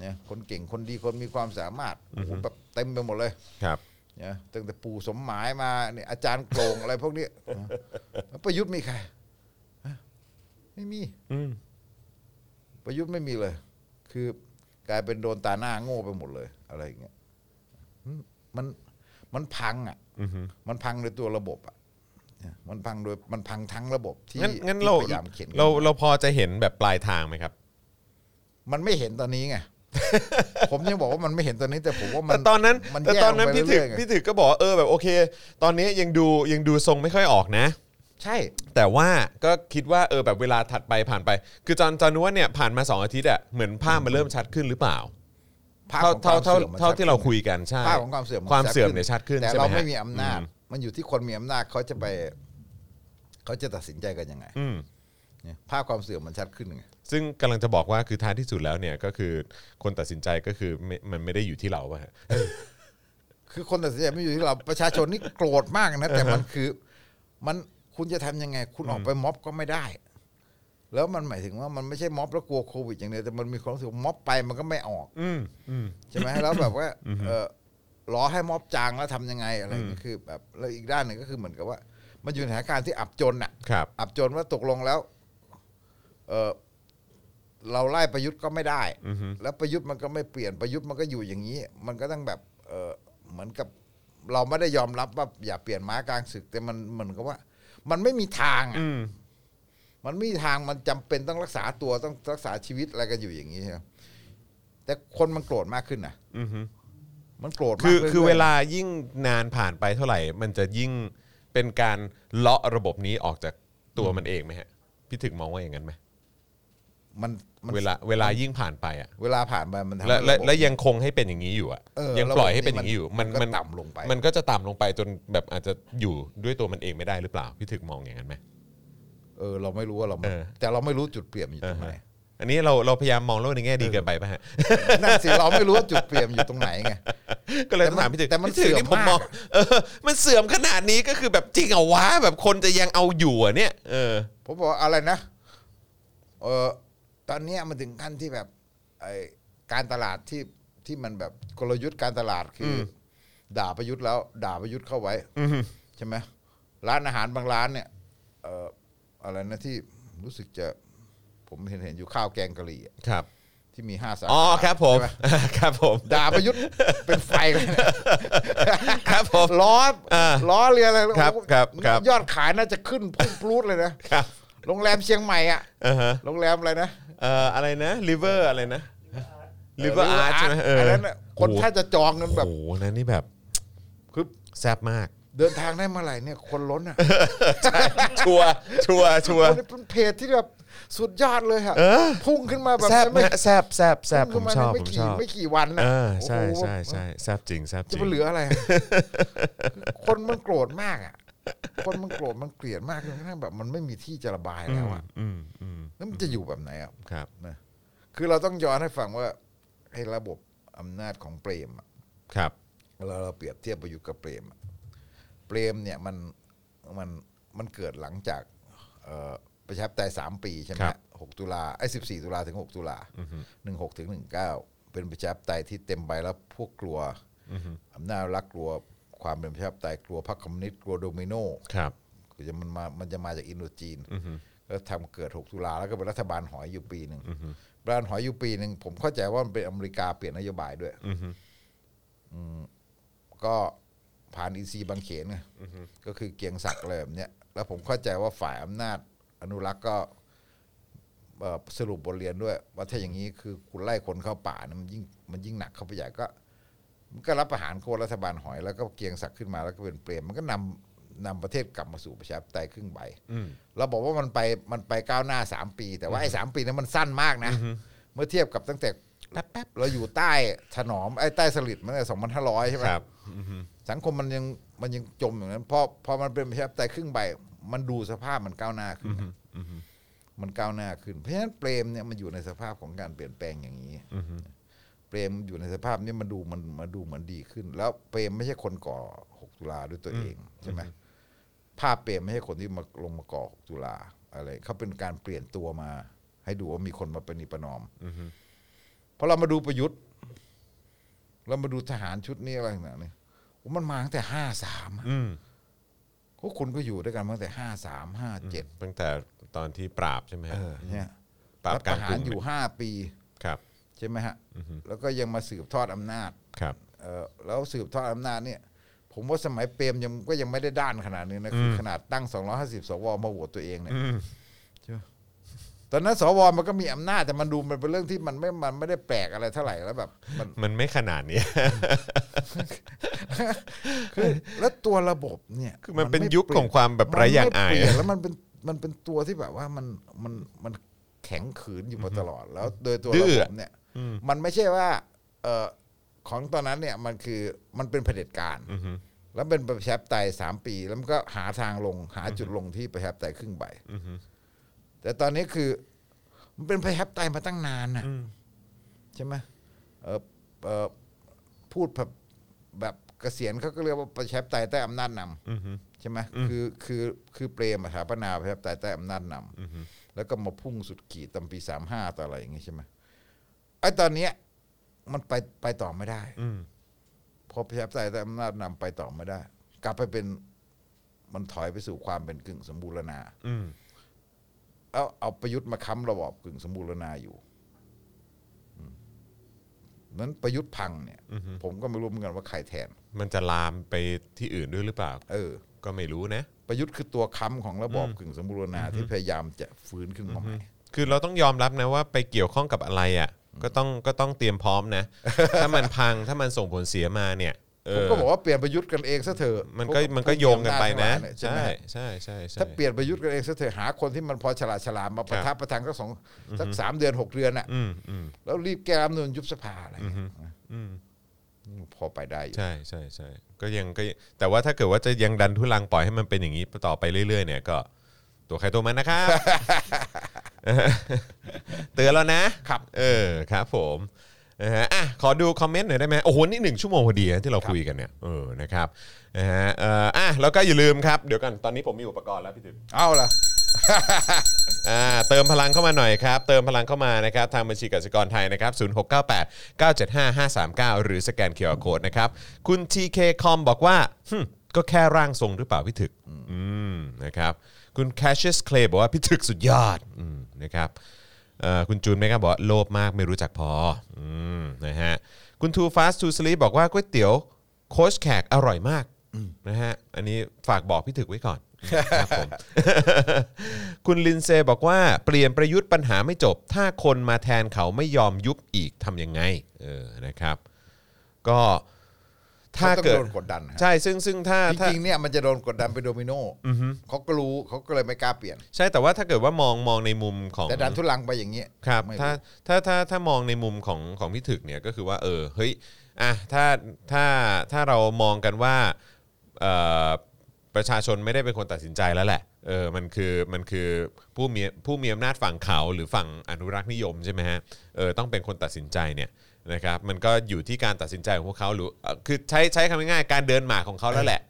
เนี่ยคนเก่งคนดีคนมีความสามารถโอ้โหแบบเต็มไปหมดเลย ครับ นะตั้งแต่ปู่สมหมายมาเนี่ยอาจารย์โกลง อะไรพวกนี้นะแล้วประยุทธ์มีใครฮะไม่มี อืม ประยุทธ์ไม่มีเลย คือกลายเป็นโดนตาหน้าโง่ไปหมดเลย อะไรอย่างเงี้ยอืมมันมันพังอ่ะ อือฮึ มันพังโดยตัวระบบอ่ะนะมันพังโดยมันพังทั้งระบบที่ งั้นงั้น ที่ เรา พยายามเขียน เราเราพอจะเห็นแบบปลายทางไหมครับ มันไม่เห็นตอนนี้ไง ผมยังบอกว่ามันไม่เห็นตอนนี้ แต่ผมว่ามั แต่ น ตอนนั้น มั แต่ แย่ ตอนนั้น ลงไป พี่ถึก เรื่ยๆไง พี่ถึกก็บอกว่าเออแบบโอเค ตอนนี้ยังดูยังดูทรงไม่ค่อยออกนะ ใช่ แต่ว่าก็คิดว่าเออแบบเวลาถัดไปผ่านไป คือจอนจอนว่าเนี่ยผ่านมาสองอาทิตย์อะเหมือนภาพมันเริ่มชัดขึ้นหรือเปล่า ภาพ เท่า ของคว เท่ามเท่า สื่เท่าที่อมมันชัดขึ้น เราคุยกันใช่ ภาพของความเสื่อมน ความเสื่อม ชัดขึ้ เนี่ยชัดขึ้น แต่ ใช่ไหม เรา ฮะ ไม่มีอำนาจ อืม มันอยู่ที่คนมีอำนาจเขาจะไป เขาจะตัดสินใจกันยังไง อืม เนี่ยภาพความเสื่อมมันชัดขึ้นไง ซึ่งกำลังจะบอกว่าคือท้ายที่สุดแล้วเนี่ยก็คือคนตัดสินใจก็คือไม่มันไม่ได้อยู่ที่เราอะฮะ คือคนตัดสินใจไม่อยู่ที่เราประชาชนนี่โกรธมากนะแต่มันคือ มันคุณจะทำยังไง คุณออกไปม็อบก็ไม่ได้ แล้วมันหมายถึงว่ามันไม่ใช่ม็อบแล้วกลัวโควิดอย่างเดียวแต่มันมีความรู้สึกว่าม็อบไปมันก็ไม่ออก อืมอืม ใช่ไหมแล้วแบบว่าเออรอให้ม็อบจางแล้วทำยังไงอะไรอย่างเงี้ยคือ แบบแล้วอีกด้านหนึ่งก็คือเหมือนกับว่า มันอยู่ในสถานการณ์ที่อับจนอ่ะ ครับ อับจนว่าตกลงแล้ว เออเราไล่ประยุทธ์ก็ไม่ได้ แล้วประยุทธ์มันก็ไม่เปลี่ยนประยุทธ์มันก็อยู่อย่างนี้ มันก็ต้องแบบ เออเหมือนกับ เราไม่ได้ยอมรับว่าอย่าเปลี่ยนม้ากลางศึก แต่มันเหมือนกับว่า มันไม่มีทางอะ อืม มันไม่มีทางมันจำเป็นต้องรักษาตัวต้องรักษาชีวิตอะไรกันอยู่อย่างนี้ใช่ไหมแต่คนมันโกรธมากขึ้นนะ อืมฮึ มันโกรธมาก คือ รื่ยๆ คือเวลายิ่งนานผ่านไปเท่าไหร่ มันจะยิ่งเป็นการเลาะระบบนี้ออกจากตัวมันเองไหมฮะพี่ถึกมองว่าอย่างนั้นไหม มันมัน เวลาเวลายิ่งผ่านไปอะ เวลาผ่านไปมันทำ และ ให้ และ ระบบ และยังคงให้เป็นอย่างนี้อยู่อ่ะ เออ ยังปล่อยให้เป็นอย่างนี้อยู่ มันมัมันก็น ต่ำลงไป มันก็จะต่ำลงไปจนแบบอาจจะอยู่ด้วยตัวมันเองไม่ได้หรือเปล่าพี่ถึกมองอย่างนั้นไหม เออเราไม่รู้ว่าเราไม่ เออ แต่เราไม่รู้จุดเปลี่ยนมันอยู่ตรงไหน อันนี้เราเราพยายามมองโลกในแง่ดีเกินไปป่ะ ฮะ นั่นสิเราไม่รู้ว่าจุดเปลี่ยนอยู่ตรงไหนไง ก็เลยต้องถามพี่ถึก แต่มัน พี่ถึกนี่ เสื่ ผ อ มมมมาอกงเออ มันเสื่อมขนาดนี้ก็คือแบบจริงเหรอวะแบบคนจะยังเอาอยู่อ่ะเนี่ยเออ ผมบอกว่าอะไรนะเออตอนเนี้ยมันถึงขั้นที่แบบไอการตลาดที่ที่มันแบบกลยุทธ์การตลาดคืออด่าประยุทธ์แล้ว ด่าประยุทธ์เข้าไว้ใช่ไหมร้านอาหารบางร้านเนี่ย เอออะไรนะที่รู้สึกจะผมเห็นเห็นอยู่ข้าวแกงกะหรี่อะ ครับ ที่มีห้าสาขา อ๋อครับผม ใช่ปะ ครับ ผม ด่าประยุทธ์เป็นไฟเลยนะ ครับ ผม ล้อ อ่า ล้อเรืออะไร ครับครับครับ ยอดขายน่าจะขึ้นพุ่งพลูดเลยนะครับโรงแรมเชียงใหม่อ่ะ อ่าฮะ โรงแรมอะไรนะ เอ่ออะไรนะริเวอร์อะไรนะริเวอร์อาร์ตใช่ไหมเออ อั อั นนั้นน่ะคนถ้าจะจองกันแบ แบบ บ โอ้โหอันนั้นนี่แบบ คือ แซ่บมาก เดิน ทางได้เมื่อไหร่เนี่ย คนล้นอ่ะ ชัวร์ชัวร์ชัว ค ร์ นเป็นเพจที่แบบ สุดยอดเลยค่ะ เออ พุ่งขึ้นมาแบบ แซบ จะไม่ นะแซบแซบแซบผ พุ่ง ม ขึ้นา ชอบ ใน ผม ไกี่ ชอบ ไม่กี่วันนะ เออใช่ โอ้โห ใช่ใช่แซบจริงแซบจ จะ ริง ไปเหลืออะไรอะคนมันโกรธมากอ่ะ คนมันโกรธมันเกลียดมากจนกระทั่งแบบมันไม่มีที่จะระบาย อื แล้ว ม อ่ะ อืมอืม แล้วมันจะอยู่แบบไหนอ่ะ ครับ นะคือเราต้องย้อนให้ฟังว่าไอ้ระบบอำนาจของเปรมอะ ครับ เวลาเราเปรียบเทียบประยุทธ์กับเปรมอะเปรมเนี่ยมันมันมันเกิดหลังจากเอ่อประชาธิปไตยสามปีใช่ไหม ครับ หกตุลาไอ้สิบสี่ตุลาถึงหกตุลาหนึ่งหกถึงหนึ่งเก้าเป็นประชาธิปไตยที่เต็มไปแล้วพวกกลัวอำนาจรักกลัวความเป็นประชาธิปไตยกลัวพรรคคอมมิวนิสต์กลัวโดมิโน ครับ คือจะมันมา มันจะมาจากอินโดจีนก็ทำเกิด 6 ตุลาแล้วก็เป็นรัฐบาลหอยอยู่ปีหนึ่งรัฐบาลหอยอยู่ปีหนึ่งผมเข้าใจว่ามันเป็นอเมริกาเปลี่ยนนโยบายด้วยอืมก็ผ่านอินซีย์บางเขนไงก็คือเกียงศักดิ์อะไรแบบเนี้ยแล้วผมเข้าใจว่าฝ่ายอำนาจอนุรักษ์ก็เอ่อสรุปบทเรียนด้วย ว่าถ้าอย่างนี้คือคุณไล่คนเข้าป่านะมันยิ่งมันยิ่งหนักเข้าไปใหญ่ก็ มันก็รับประหารโค่นรัฐบาลหอยแล้วก็เกรียงศักดิ์ขึ้นมาแล้วก็เป็นเปรมมันก็นำนำประเทศกลับมาสู่ประชาธิปไตยครึ่งใบเราบอกว่ามันไปมันไปก้าวหน้าสามปี แต่ว่าไอ้สามปีนั้นมันสั้นมากนะ เมื่อเทียบกับตั้งแต่เราอยู่ใต้ถนอมไอ้ใต้สลิดมันตั้งแต่สองพันห้าร้อยใช่ไหม ครับ สังคมมันยังมันยังจมอย่างนั้นเพราะพอมันเป็นประชาธิปไตยครึ่งใบ มันดูสภาพมันก้าวหน้าขึ้นนะมันก้าวหน้าขึ้น เพราะฉะนั้นเปรมเนี่ยมันอยู่ในสภาพของการเปลี่ยนแปลงอย่างนี้ เปรมอยู่ในสภาพนี้มันดูมันมาดูเหมือนดีขึ้น แล้วเปรมไม่ใช่คนก่อ 6 ตุลาด้วยตัวเองใช่ไหมภาพเปรมไม่ใช่คนที่มาลงมาก่อ 6 ตุลาอะไรเขาเป็นการเปลี่ยนตัวมา ให้ดูว่ามีคนมาประนีประนอมพอเรามาดูประยุทธ์ เรามาดูทหารชุดนี้อะไรต่างๆเนี่ยโอ้มันมาตั้งแต่ห้าสาม อืม พวกคุณก็อยู่ด้วยกันมาตั้งแต่ห้าสามห้าเจ็ด ตั้งแต่ตอนที่ปราบใช่ไหมฮะ เนี่ย ปราบ รัฐ การประหารอยู่ห้าปี ครับ ใช่ไหมฮะแล้วก็ยังมาสืบทอดอำนาจ ครับ เอ่อแล้วสืบทอดอำนาจเนี่ย ผมว่าสมัยเปรมยังก็ยังไม่ได้ด้านขนาดนี้นะคือขนาดตั้ง 250 สวมาโหวตตัวเองเนี่ยใช่ไหมตอนนั้นสวมันก็มีอำนาจแต่มันดูมันเป็นเรื่องที่มันไม่มันไม่ได้แปลกอะไรเท่าไหร่แล้วแบบมัน มันไม่ขนา ดนี้ คือแล้วตัวระบบเนี่ย คือมันเป็น ไ ยุคของความแบบไร้ยางอาย มันไม่เปลี่น อะ แล้วมันเป็นมันเป็นตัวที่แบบว่ามันมันมันแข็งขืนอยู่มาตลอดแล้ว โดยตัว ดื้ ระ อ บบเนี่ย มันไม่ใช่ว่า เออของตอนนั้นเนี่ยมันคือมันเป็นเผด็จการแล้วเป็นประชาธิปไตยสามปี แล้วมันก็หาทางลงหาจุดลงที่ประชาธิปไตยครึ่งใบแต่ตอนนี้คือ มันเป็นประชาธิปไตยมาตั้งนานนะใช่ไหมเออเออพูดแบบแบบเกษียณเขาก็เรียกว่าประชาธิปไตยใต้อำนาจนำใช่ไหมคือคือคือเปรมอะสถาปนาประชาธิปไตยใต้อำนาจนำแล้วก็มาพุ่งสุดขีดตอนปีสามห้าต่ออะไรอย่างงี้ใช่ไหมไอ้ตอนเนี้ย มันไปไปต่อไม่ได้เพอประชาธิปไตยใต้อำนาจนำไปต่อไม่ได้ กลับไปเป็นมันถอยไปสู่ความเป็นกึ่งสมบูรณา อืม เอาเอาประยุทธ์มาค้ำระบอบกึ่งสมบูรณาอยู่อืมนั้นประยุทธ์พังเนี่ย ผมก็ไม่รู้เหมือนกันว่าใครแทน มันจะลามไปที่อื่นด้วยหรือเปล่า เออ ก็ไม่รู้นะ ประยุทธ์คือตัวค้ำของระบอบกึ่งสมบูรณาที่พยายามจะฟื้นขึ้นมาใหม่ คือเราต้องยอมรับนะว่าไปเกี่ยวข้องกับอะไรอ่ะ ก็ต้องก็ต้องเตรียมพร้อมนะ ถ้ามันพังถ้ามันส่งผลเสียมาเนี่ยเอ ผม อ ก็บอกว่าเปลี่ยนประยุทธ์กันเองซะเถอะ มันก็ พว มันก็ ผู้ โยงกันไปนะ อำาจทั้งหลายเยใช่ไหม ใช่ ฮะ ใช่ใช่ใช่ ถ้าเปลี่ยนประยุทธ์กันเองซะเถอะหาคนที่มันพอฉลาดฉลาดมาประ ครั ทับบ ประทังสักสองสักสามเดือนหกเดือนน่ะ อืมอืม แล้วรีบแก้รัฐธรรมนูนยุบสภาอะไรเงี้ยนะพอไปได้อยู่ ใช่ใช่ใช่ก็ยังก็ยังแต่ว่าถ้าเกิดว่าจะยังดันทุลังปล่อยให้มันเป็นอย่างนี้ต่อไปเรื่อยๆ เนี่ยก็ตัวใครตัวมันนะครับ เตือนแล้วนะ ครับ เออครับผมนะฮะอ่ะขอดูคอมเมนต์หน่อยได้ไหมโอ้โหนี่หนึ่งชั่วโมงพอดีนะที่เราคุยกันเนี่ยเออนะครับนะฮะเอ่ออ่ะแล้วก็อย่าลืมครับเดี๋ยวกันตอนนี้ผมมีอุปกรณ์แล้วพี่ติ๋ม เอาล่ะ อ่าเติมพลังเข้ามาหน่อยครับ เติมพลังเข้ามานะครับทางบัญชีกสิกรไทยนะครับ0 6 9 8 9 7 5 5 3 9 หรือสแกนเคอร์โคดนะครับ คุณ TK คอมบอกว่าหึ่มก็แค่ร่างทรงหรือเปล่าพี่ถึกอืมนะครับคุณ Cassius Clay บอกว่าพี่ถึกสุดยอดอืมนะครับ เอ่อคุณจูนไหมครับบอกว่าโลภมากไม่รู้จักพออืมนะฮะคุณ Too Fast to Sleep บอกว่าก๋วยเตี๋ยวโค้ชแขกอร่อยมากนะฮะอันนี้ฝากบอกพี่ถึกไว้ก่อนครับผม คุณลินเซบอกว่าเปลี่ยนประยุทธ์ปัญหาไม่จบ ถ้าคนมาแทนเขาไม่ยอมยุบอีกทำยังไงเออนะครับ ก็ ถ้าเกิด มันต้องโดนกดดันฮะ ใช่ซึ่งซึ่งถ้า จ ถ้า ริงๆเนี่ยมันจะโดนกดดันเป็นโดมิโนเขาก็รู้เขาก็เลยไม่กล้าเปลี่ยน ใช่แต่ว่าถ้าเกิดว่ามองมองในมุมของ แต่ดันทุลังไปอย่างเงี้ย ครับ ไม่ ถ้า รู้ ถ้าถ้าถ้ามองในมุมของของพี่ถึกเนี่ยก็คือว่าเออเฮ้ยอ่ะถ้าถ้าถ้าเรามองกันว่าเอ่อประชาชนไม่ได้เป็นคนตัดสินใจแล้วแหละเออมันคือมันคือผู้มีผู้มีอำนาจฝั่งเขาหรือฝั่งอนุรักษ์นิยมใช่ไหมฮะเออต้องเป็นคนตัดสินใจเนี่ยนะครับมันก็อยู่ที่การตัดสินใจของพวกเขาหรือเอ่อคือใช้ใช้คำง่ายๆการเดินหมากของเขาแล้วแหละ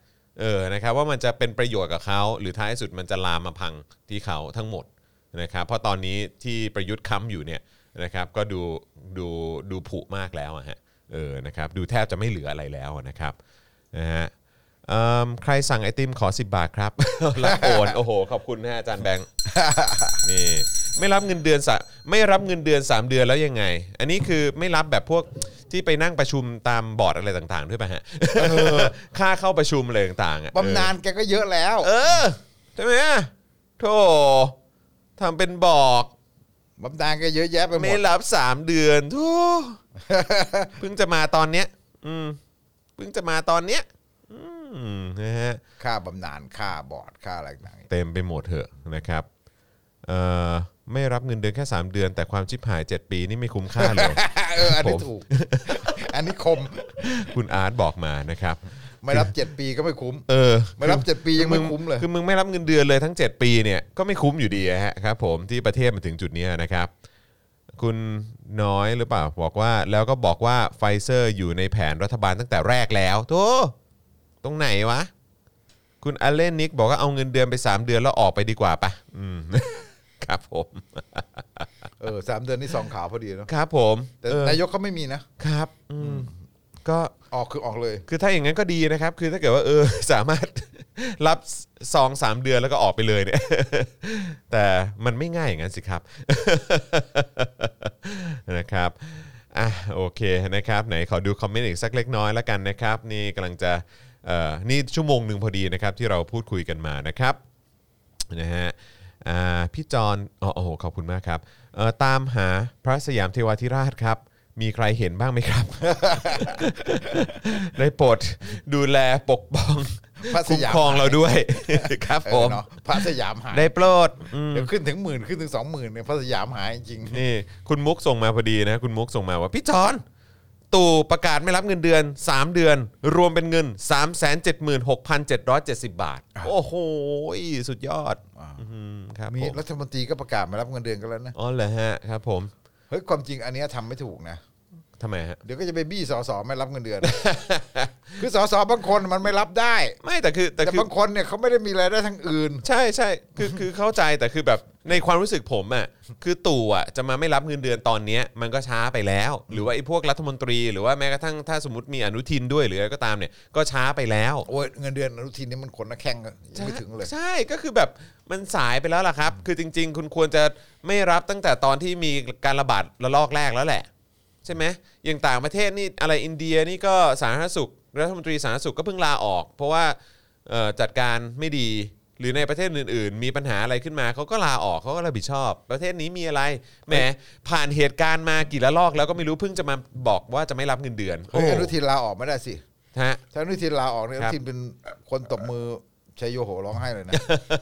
เออนะครับว่ามันจะเป็นประโยชน์กับเขาหรือท้ายสุดมันจะลามมาพังที่เขาทั้งหมด นะครับเพราะตอนนี้ที่ประยุทธ์ค้ำอยู่เนี่ยนะครับก็ดูดูดูผุมากแล้วอะฮะเออนะครับดูแทบจะไม่เหลืออะไรแล้วอะนะครับนะฮะเอิ่มใครสั่งไอติมขอ 10 บาทครับ รับโอนโอ้โห ขอบคุณนะฮะอาจารย์แบง ค์ นี่ไม่รับเงินเดือนสะไม่รับเงินเดือน 3 เดือนแล้วยังไง อันนี้คือไม่รับแบบพวกที่ไปนั่งประชุมตามบอร์ดอะไรต่างๆ ด้วยป่ะฮะ ค่าเข้าประชุมอะไรต่างๆอะเออ บำนาญแกก็เยอะแล้ว เออใช่ไหมอะโธ่ทำเป็นบอก บำนาญแกเยอะแยะไปหม ไม่ ด รับสามเดือนโธ่ เพิ่งจะมาตอนเนี้ย อืมเพิ่งจะมาตอนเนี้ย อืมนะฮะ ค่าบำนาญค่าบอร์ดค่าอะไรต่าง เต็มไปหมดเถอะนะครับเอ่อไม่รับเงินเดือนแค่ 3 เดือน แต่ความชิบหาย 7 ปีนี่ไม่คุ้มค่า เลย ๆ เออ อันนี้ ผม ถูก อันนี้คม คุณอาร์ตบอกมานะครับ ไม่รับเจ็ดปีก็ไม่คุ้ม เออ ไม่รับเจ็ดปียังไม่คุ้มเลย คือมึงไม่รับเงินเดือนเลยทั้ง 7 ปีเนี่ยก็ไม่คุ้มอยู่ดีอะฮะครับผมที่ประเทศมันถึงจุดเนี้ยนะครับ คุณน้อยหรือเปล่าบอกว่าแล้วก็บอกว่าไฟเซอร์อยู่ในแผนรัฐบาลตั้งแต่แรกแล้วโธ่ตรงไหนวะ คุณอเลนนิกบอกว่าเอาเงินเดือนไป 3 เดือนแล้วออกไปดีกว่าปะอืม ครับผม เออสามเดือนนี่ซองขาวพอดีเนาะ ครับผม แต่ เออน ายกเขาไม่มีนะ ครับอืมก็ ออกคือออกเลย คือถ้าอย่างนั้นก็ดีนะครับ คือถ้าเกิดว่าเออ สามารถ รับสองสามเดือนแล้วก็ออกไปเลยเนี่ย แต่มันไม่ง่ายอย่างนั้นสิครับ นะครับอ่ะโอเคนะครับ ไหนขอดูคอมเมนต์อีกสักเล็กน้อยแล้วกันนะครับ นี่กำลังจะเอ่อนี่ชั่วโมงหนึ่งพอดีนะครับ ที่เราพูดคุยกันมานะครับ นะฮะอ่าพี่จอนอ๋อโอ้โหขอบคุณมากครับเอ่อตามหาพระสยามเทวาธิราชครับ มีใครเห็นบ้างไหมครับ ได้โปรดดูแลปกป้อง พระส คุ้ม ยาม ครองเราด้วย ครับ เอ ผ อ ม เนาะพระสยามหาย ได้โปรดอืม เดี๋ยวขึ้นถึงหมื่นขึ้นถึงสองหมื่นเนี่ยพระสยามหายจริง นี่ คุณมุกส่งมาพอดีนะ คุณมุกส่งมาว่า พี่จอนตู่ประกาศไม่รับเงินเดือน 3 เดือน รวมเป็นเงิน 376,770 บาท โอ้โห สุดยอด อ่า อื้อหือครับ มี ผม รัฐมนตรีก็ประกาศมารับเงินเดือนกันแล้วนะ อ๋อเหรอฮะครับผม เฮ้ยความจริงอันเนี้ยทำไม่ถูกนะ ทำไมฮะ เดี๋ยวก็จะไปบี้สอสอไม่รับเงินเดือน คือสอสอบางคนมันไม่รับได้ ไม่แต่คือแต่คือบแต่างคนเนี่ยเขาไม่ได้มีรายได้ทางอื่น ใช่ใช่คือคือเข้าใจแต่คือแบบในความรู้สึกผมอ่ะคือตู่อ่ะจะมาไม่รับเงินเดือนตอนเนี้ยมันก็ช้าไปแล้ว หรือว่าไอ้พวกรัฐมนตรีหรือว่าแม้กระทั่งถ้าสมมติมีอนุทินด้วยหรืออะไรก็ตามเนี่ยก็ช้าไปแล้ว โอ้ยเงินเดือนอนุทินนี่มันขนนะแข้งยังไม่ถึงเลย ใช่ก็คือแบบมันสายไปแล้วล่ะครับ คือจริง ๆ คุณควรจะไม่รับตั้งแต่ตอนที่มีการระบาดระลอกแรกแล้วแหละ ใช่ไหมอย่างต่างประเทศนี่อะไรอินเดียนี่ก็สาธารณสุขรัฐมนตรีสาธารณสุขก็เพิ่งลาออก เพราะว่าเอ่อจัดการไม่ดีหรือในประเทศอื่น ๆ มีปัญหาอะไรขึ้นมาเขาก็ลาออกเขาก็รับผิดชอบ ประเทศนี้มีอะไรแหมผ่านเหตุการณ์มากี่ละลอก แล้วก็ไม่รู้เพิ่งจะมาบอกว่าจะไม่รับเงินเดือน เฮ้ยอนุ โ ทินลาออกไม่ได้สิ ฮะ ถ้าอนุทินลาออกเนี่ยอ ครับ นุทินเป็นคนตบมือชัยโยโหร้องไห้เลยนะ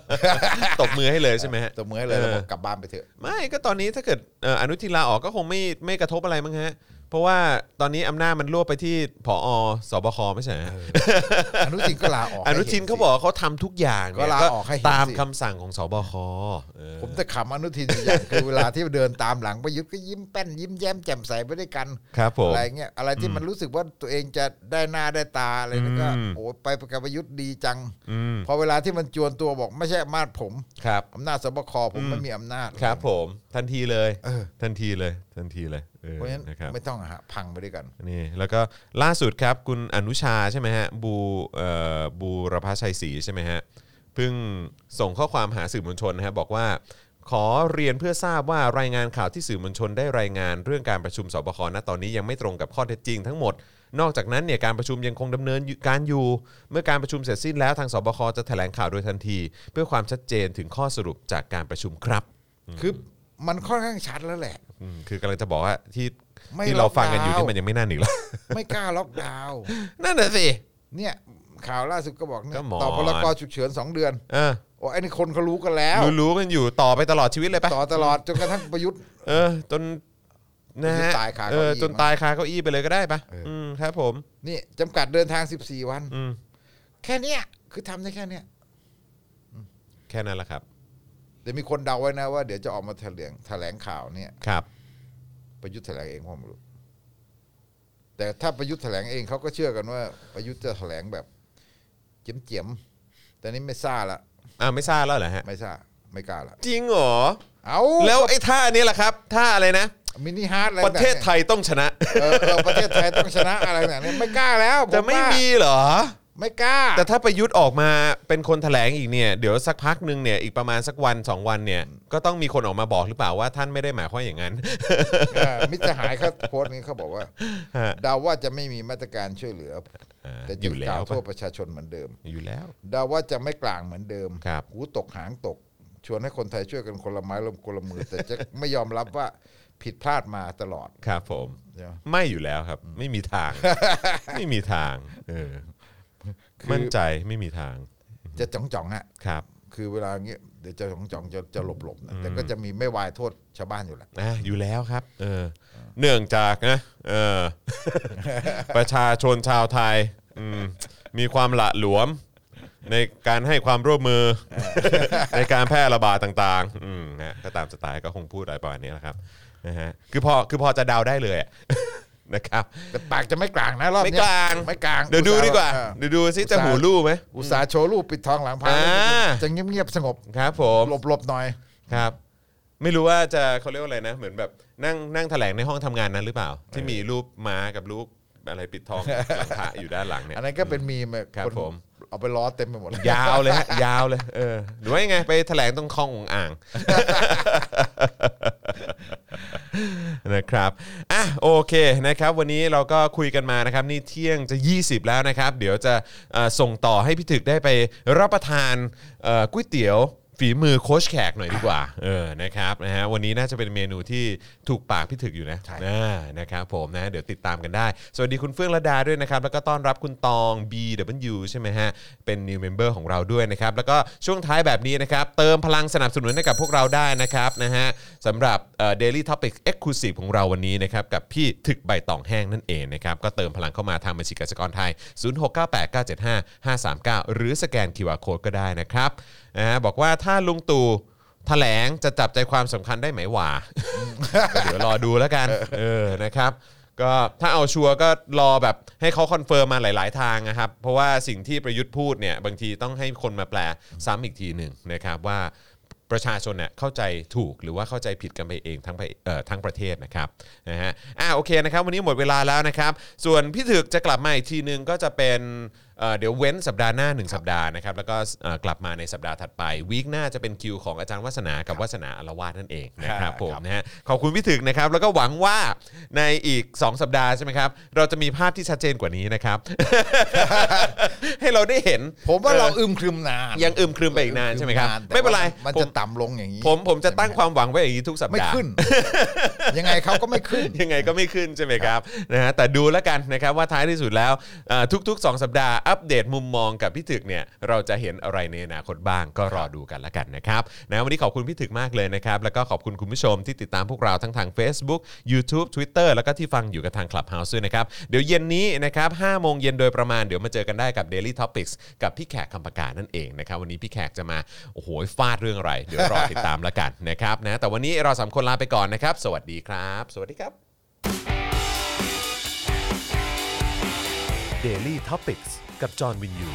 ตบมือให้เลยใช่ไหมฮะ ตบมือให้เลยแล้วบอกกลับบ้านไป เถอะ ไม่ก็ตอนนี้ถ้าเกิดเอ่ออนุทินลาออกก็คงไม่ไม่กระทบอะไรมั้งฮะ เพราะว่าตอนนี้อำนาจมันรวบไปที่ผอสบคไม่ใช่เหรอฮะ อนุทินก็ลาออก อนุทินเขาบอกว่าเขาทำทุกอย่าง ก็ เนี่ย ลาออกให้เห็นสิ ตามคำสั่งของสบคเออ ผมจะขำอนุทินอยู่อย่างคือเวลาที่เดินตามหลังประยุทธ์ก็ยิ้มแป้นยิ้มแย้มแจ่มใสไปด้วยกัน ครับผม อะไรเงี้ยอะไรที่มันรู้สึกว่าตัวเองจะได้หน้าได้ตาอะไรเนี่ยก็โอ้ยไปกับประยุทธ์ดีจัง อืม พอเวลาที่มันจวนตัวบอกไม่ใช่อำนาจผม ครับ อำนาจสบคผมไม่มีอำนาจ ครับผมทันทีเลย เออ ทันทีเลยทันทีเลยเออ เพราะฉะนั้น นะครับ ไม่ต้องอะฮะพังไปด้วยกัน นี่แล้วก็ล่าสุดครับคุณอนุชาใช่ไหมฮะบูเอ่อบูรพชัยศรีใช่ไหมฮะเพิ่งส่งข้อความหาสื่อมวลชนนะฮะบอกว่า ขอเรียนเพื่อทราบว่ารายงานข่าวที่สื่อมวลชนได้รายงานเรื่องการประชุมสบคณตอนนี้ยังไม่ตรงกับข้อเท็จจริงทั้งหมด นอกจากนั้นเนี่ยการประชุมยังคงดำเนินการอยู่ เมื่อการประชุมเสร็จสิ้นแล้วทางสบคจะแถลงข่าวโดยทันที เพื่อความชัดเจนถึงข้อสรุปจากการประชุมครับ คือมันค่อนข้างชัดแล้วแหละ อืมคือกำลังจะบอกว่าที่ ไม่ ที่เราฟังกันอล็อกดาวน์ ยู่ที่มันยังไม่น่าหนีหรอก ไม่กล้าล็อกดาวน์ นั่นน่ะสิ เนี่ยข่าวล่าสุดก็บอกเนี่ ก็ ย หมอน ต่อพลกรฉุกเฉินสองเดือน เออ โอ้ไอ้นี่คนเขารู้กันแล้ว รู้รู้กันอยู่ต่อไปตลอดชีวิตเลยปะ ต่อตลอดจนกระทั่งประยุทธ์ เออ จนนะฮะ จนตายคาเก้าอี้ เออจนตายคาเก้าอี้ไปเลยก็ได้ปะ เอออือืมครับผม นี่จำกัดเดินทาง 14 วัน อืม แค่เนี้ยคือทำได้แค่เนี้ย แค่นั้นแหละครับ เดี๋ยวมีคนเดาไว้นะว่าเดี๋ยวจะออกมาแถลงแถลงข่าวเนี่ย ครับ ประยุทธ์แถลงเองผมไม่รู้ แต่ถ้าประยุทธ์แถลงเองเขาก็เชื่อกันว่า ประยุทธ์จะแถลงแบบ เจียมเจียมๆแต่นี่ไม่ซ่าละ อ่าไม่ทราบแล้วเหรอฮะ ไม่ซ่าไม่กล้าละ จริงเหรอ เอา แล้วไอ้ท่านี้แหละครับท่าอะไรนะ มินิฮาร์ดอะไร ประเทศไทยต้องชนะ เออเออประเทศไทยต้องชนะอะไรต่างๆเนี่ยไม่กล้าแล้วผ จะไม่ ว่า มีเหรอ ไม่กล้า แต่ถ้าประยุทธ์ออกมาเป็นคนแถลงอีกเนี่ยเดี๋ยวสักพักหนึ่งเนี่ยอีกประมาณสักวัน 2 วันเนี่ย ก็ต้องมีคนออกมาบอกหรือเปล่าว่าท่านไม่ได้หมายความอย่างนั้น เออมิตรสหายเขาโพสต์นี้เขาบอกว่า ฮะ เดาว่าจะไม่มีมาตรการช่วยเหลือ อ่า แต่ อ จะ ยู่แล้ กล่าว ว โท ปะ ษประชาชนเหมือนเดิม อยู่แล้ว เดาว่าจะไม่กลางเหมือนเดิม ครับ หูตกหางตก ชวนให้คนไทยช่วยกันคนละไม้ลมคนละมือ แต่จะไม่ยอมรับว่าผิดพลาดมาตลอด ครับผม ใช่ไหม ไม่อยู่แล้วครับ ไม่มีทาง ไม่มีทางเออมั่นใจไม่มีทาง จะจ่องจ่องๆอะ ครับ คือเวลาอย่างเงี้ยเดี๋ยวจะจ่องจ่องๆจะจะหลบหลบๆนะแต่ก็จะมีไม่วายโทษชาวบ้านอยู่แหละ อ่ะอยู่แล้วครับ เออ เนื่องจากนะเอ อ ประชาชนชาวไทยอืมมีความหละหลวม ในการให้ความร่วม มือ ในการแพร่ระบาดต่างๆอืมนะก็ตามสไตล์ก็คงพูดอะไรประมาณนี้แหละครับนะฮะคือพอคือพอจะเดาได้เลยอะ นะครับ แต่ปากจะไม่กลางนะรอบเนี้ย ไม่กลาง ไม่กลาง เดี๋ยวดูดีกว่า เออ เดี๋ยวดูซิจะ อุตส่าห์ หูรู่ไหม อุตสาห์โชว์รูปปิดทองหลังพระ อ่า จะเงียบเงียบๆสงบ ครับผม หลบหลบๆหน่อย ครับ ไม่รู้ว่าจะเขาเรียกว่าอะไรนะ เหมือนแบบนั่งนั่งแถลงในห้องทำงานนั้นหรือเปล่า ที่มีรูปม้ากับรูปอะไรปิดทอง หลังพระอยู่ด้านหลังเนี่ย อันนั้นก็เป็นมีมอะ ครับ น ผม เอาไปล้อเต็มไปหมดเลย ยาวเลยฮะ ยาวเลยเออหรือว่ายังไงไปแถลงตรงคลององอ่าง นะครับอ่ะโอเคนะครับ วันนี้เราก็คุยกันมานะครับ นี่เที่ยงจะ 20 แล้วนะครับ เดี๋ยวจะเอ่อส่งต่อให้พี่ถึกได้ไปรับประทานเอ่อก๋วยเตี๋ยวฝีมือโค้ชแขกหน่อยดีกว่าเออนะครับนะฮะวันนี้น่าจะเป็นเมนูที่ถูกปากพี่ถึกอยู่นะ ใช่ นะ อ่านะครับผมนะเดี๋ยวติดตามกันได้ สวัสดีคุณเฟื่องระดาด้วยนะครับ แล้วก็ต้อนรับคุณตอง BW ใช่ไหมฮะ เป็น new member ของเราด้วยนะครับ แล้วก็ช่วงท้ายแบบนี้นะครับ เติมพลังสนับสนุนให้กับพวกเราได้นะครับนะฮะสำหรับเอ่อ daily topic exclusive ของเราวันนี้นะครับ กับพี่ถึกใบตองแห้งนั่นเองนะครับ ก็เติมพลังเข้ามาทางบัญชีกสิกรไทย 0698975539 หรือสแกน QR code ก็ได้นะครับนะฮะบอกว่าถ้าลุงตู่แถลงจะจับใจความสำคัญได้ไหมหว่า เดี๋ยวรอดูแล้วกัน เออ นะครับ ก็ถ้าเอาชัวร์ก็รอแบบให้เขาคอนเฟิร์มมาหลาย ๆ ทางนะครับ เพราะว่าสิ่งที่ประยุทธ์พูดเนี่ย บางทีต้องให้คนมาแปลซ้ำอีกทีหนึ่งนะครับว่าประชาชนเนี่ยเข้าใจถูกหรือว่าเข้าใจผิดกันไปเองทั้งไปเอ่อทั้งประเทศนะครับนะฮะอ่าโอเคนะครับ วันนี้หมดเวลาแล้วนะครับ ส่วนพี่ถึกจะกลับมาอีกทีหนึ่งก็จะเป็น เอ่อเดี๋ยวเว้นสัปดาห์หน้า 1 สัปดาห์นะครับแล้วก็เอ่อกลับมาในสัปดาห์ถัดไปวีคหน้าจะเป็นคิวของอาจารย์วัฒนากับวัฒนาอารวาสนั่นเองนะครับผมนะฮะขอบคุณพี่ถึกนะครับ แล้วก็หวังว่าในอีก 2 สัปดาห์ใช่ไหมครับ เราจะมีภาพที่ชัดเจนกว่านี้นะครับ ให้เราได้เห็น ผมว่า ออ เราอึมครึมนาน ยังอึมครึมไปอีกนานใช่ไหมครับ อึา ไม่เป็นไร แต่ว่ามันจะต่ำลงอย่างนี้ ผมผมจะตั้งความหวังไว้อย่างนี้ทุกสัป ไม่ ดาห์ ขึ้น ยังไงเขาก็ไม่ขึ้น ยังไงก็ไม่ขึ้นใช่ไหมครับนะฮะแต่ดูแล้วกันนะครับว่าท้ายที่สุดแล้วเอ่อทุกๆ 2 สัปดาห์อัปเดตมุมมองกับพี่ถึกเนี่ยเราจะเห็นอะไรในอนาคตบ้างก็รอดูกันละกันนะครับนะวันนี้ขอบคุณพี่ถึกมากเลยนะครับ แล้วก็ขอบคุณคุณผู้ชมที่ติดตามพวกเราทั้งทาง Facebook YouTube Twitter แล้วก็ที่ฟังอยู่กับทาง Clubhouse ด้วยนะครับ เดี๋ยวเย็นนี้นะครับ5โมงเย็นโดยประมาณเดี๋ยวมาเจอกันได้กับ Daily Topics กับพี่แขกคำปากานั่นเองนะครับวันนี้พี่แขกจะมาโอ้โหฟาดเรื่องอะไรเดี๋ยวรอติดตามละกันนะครับนะแต่วันนี้เราสามคนลาไปก่อนนะครับ สวัสดีครับ สวัสดีครับ Daily t o p i c กกับจอห์นวินยู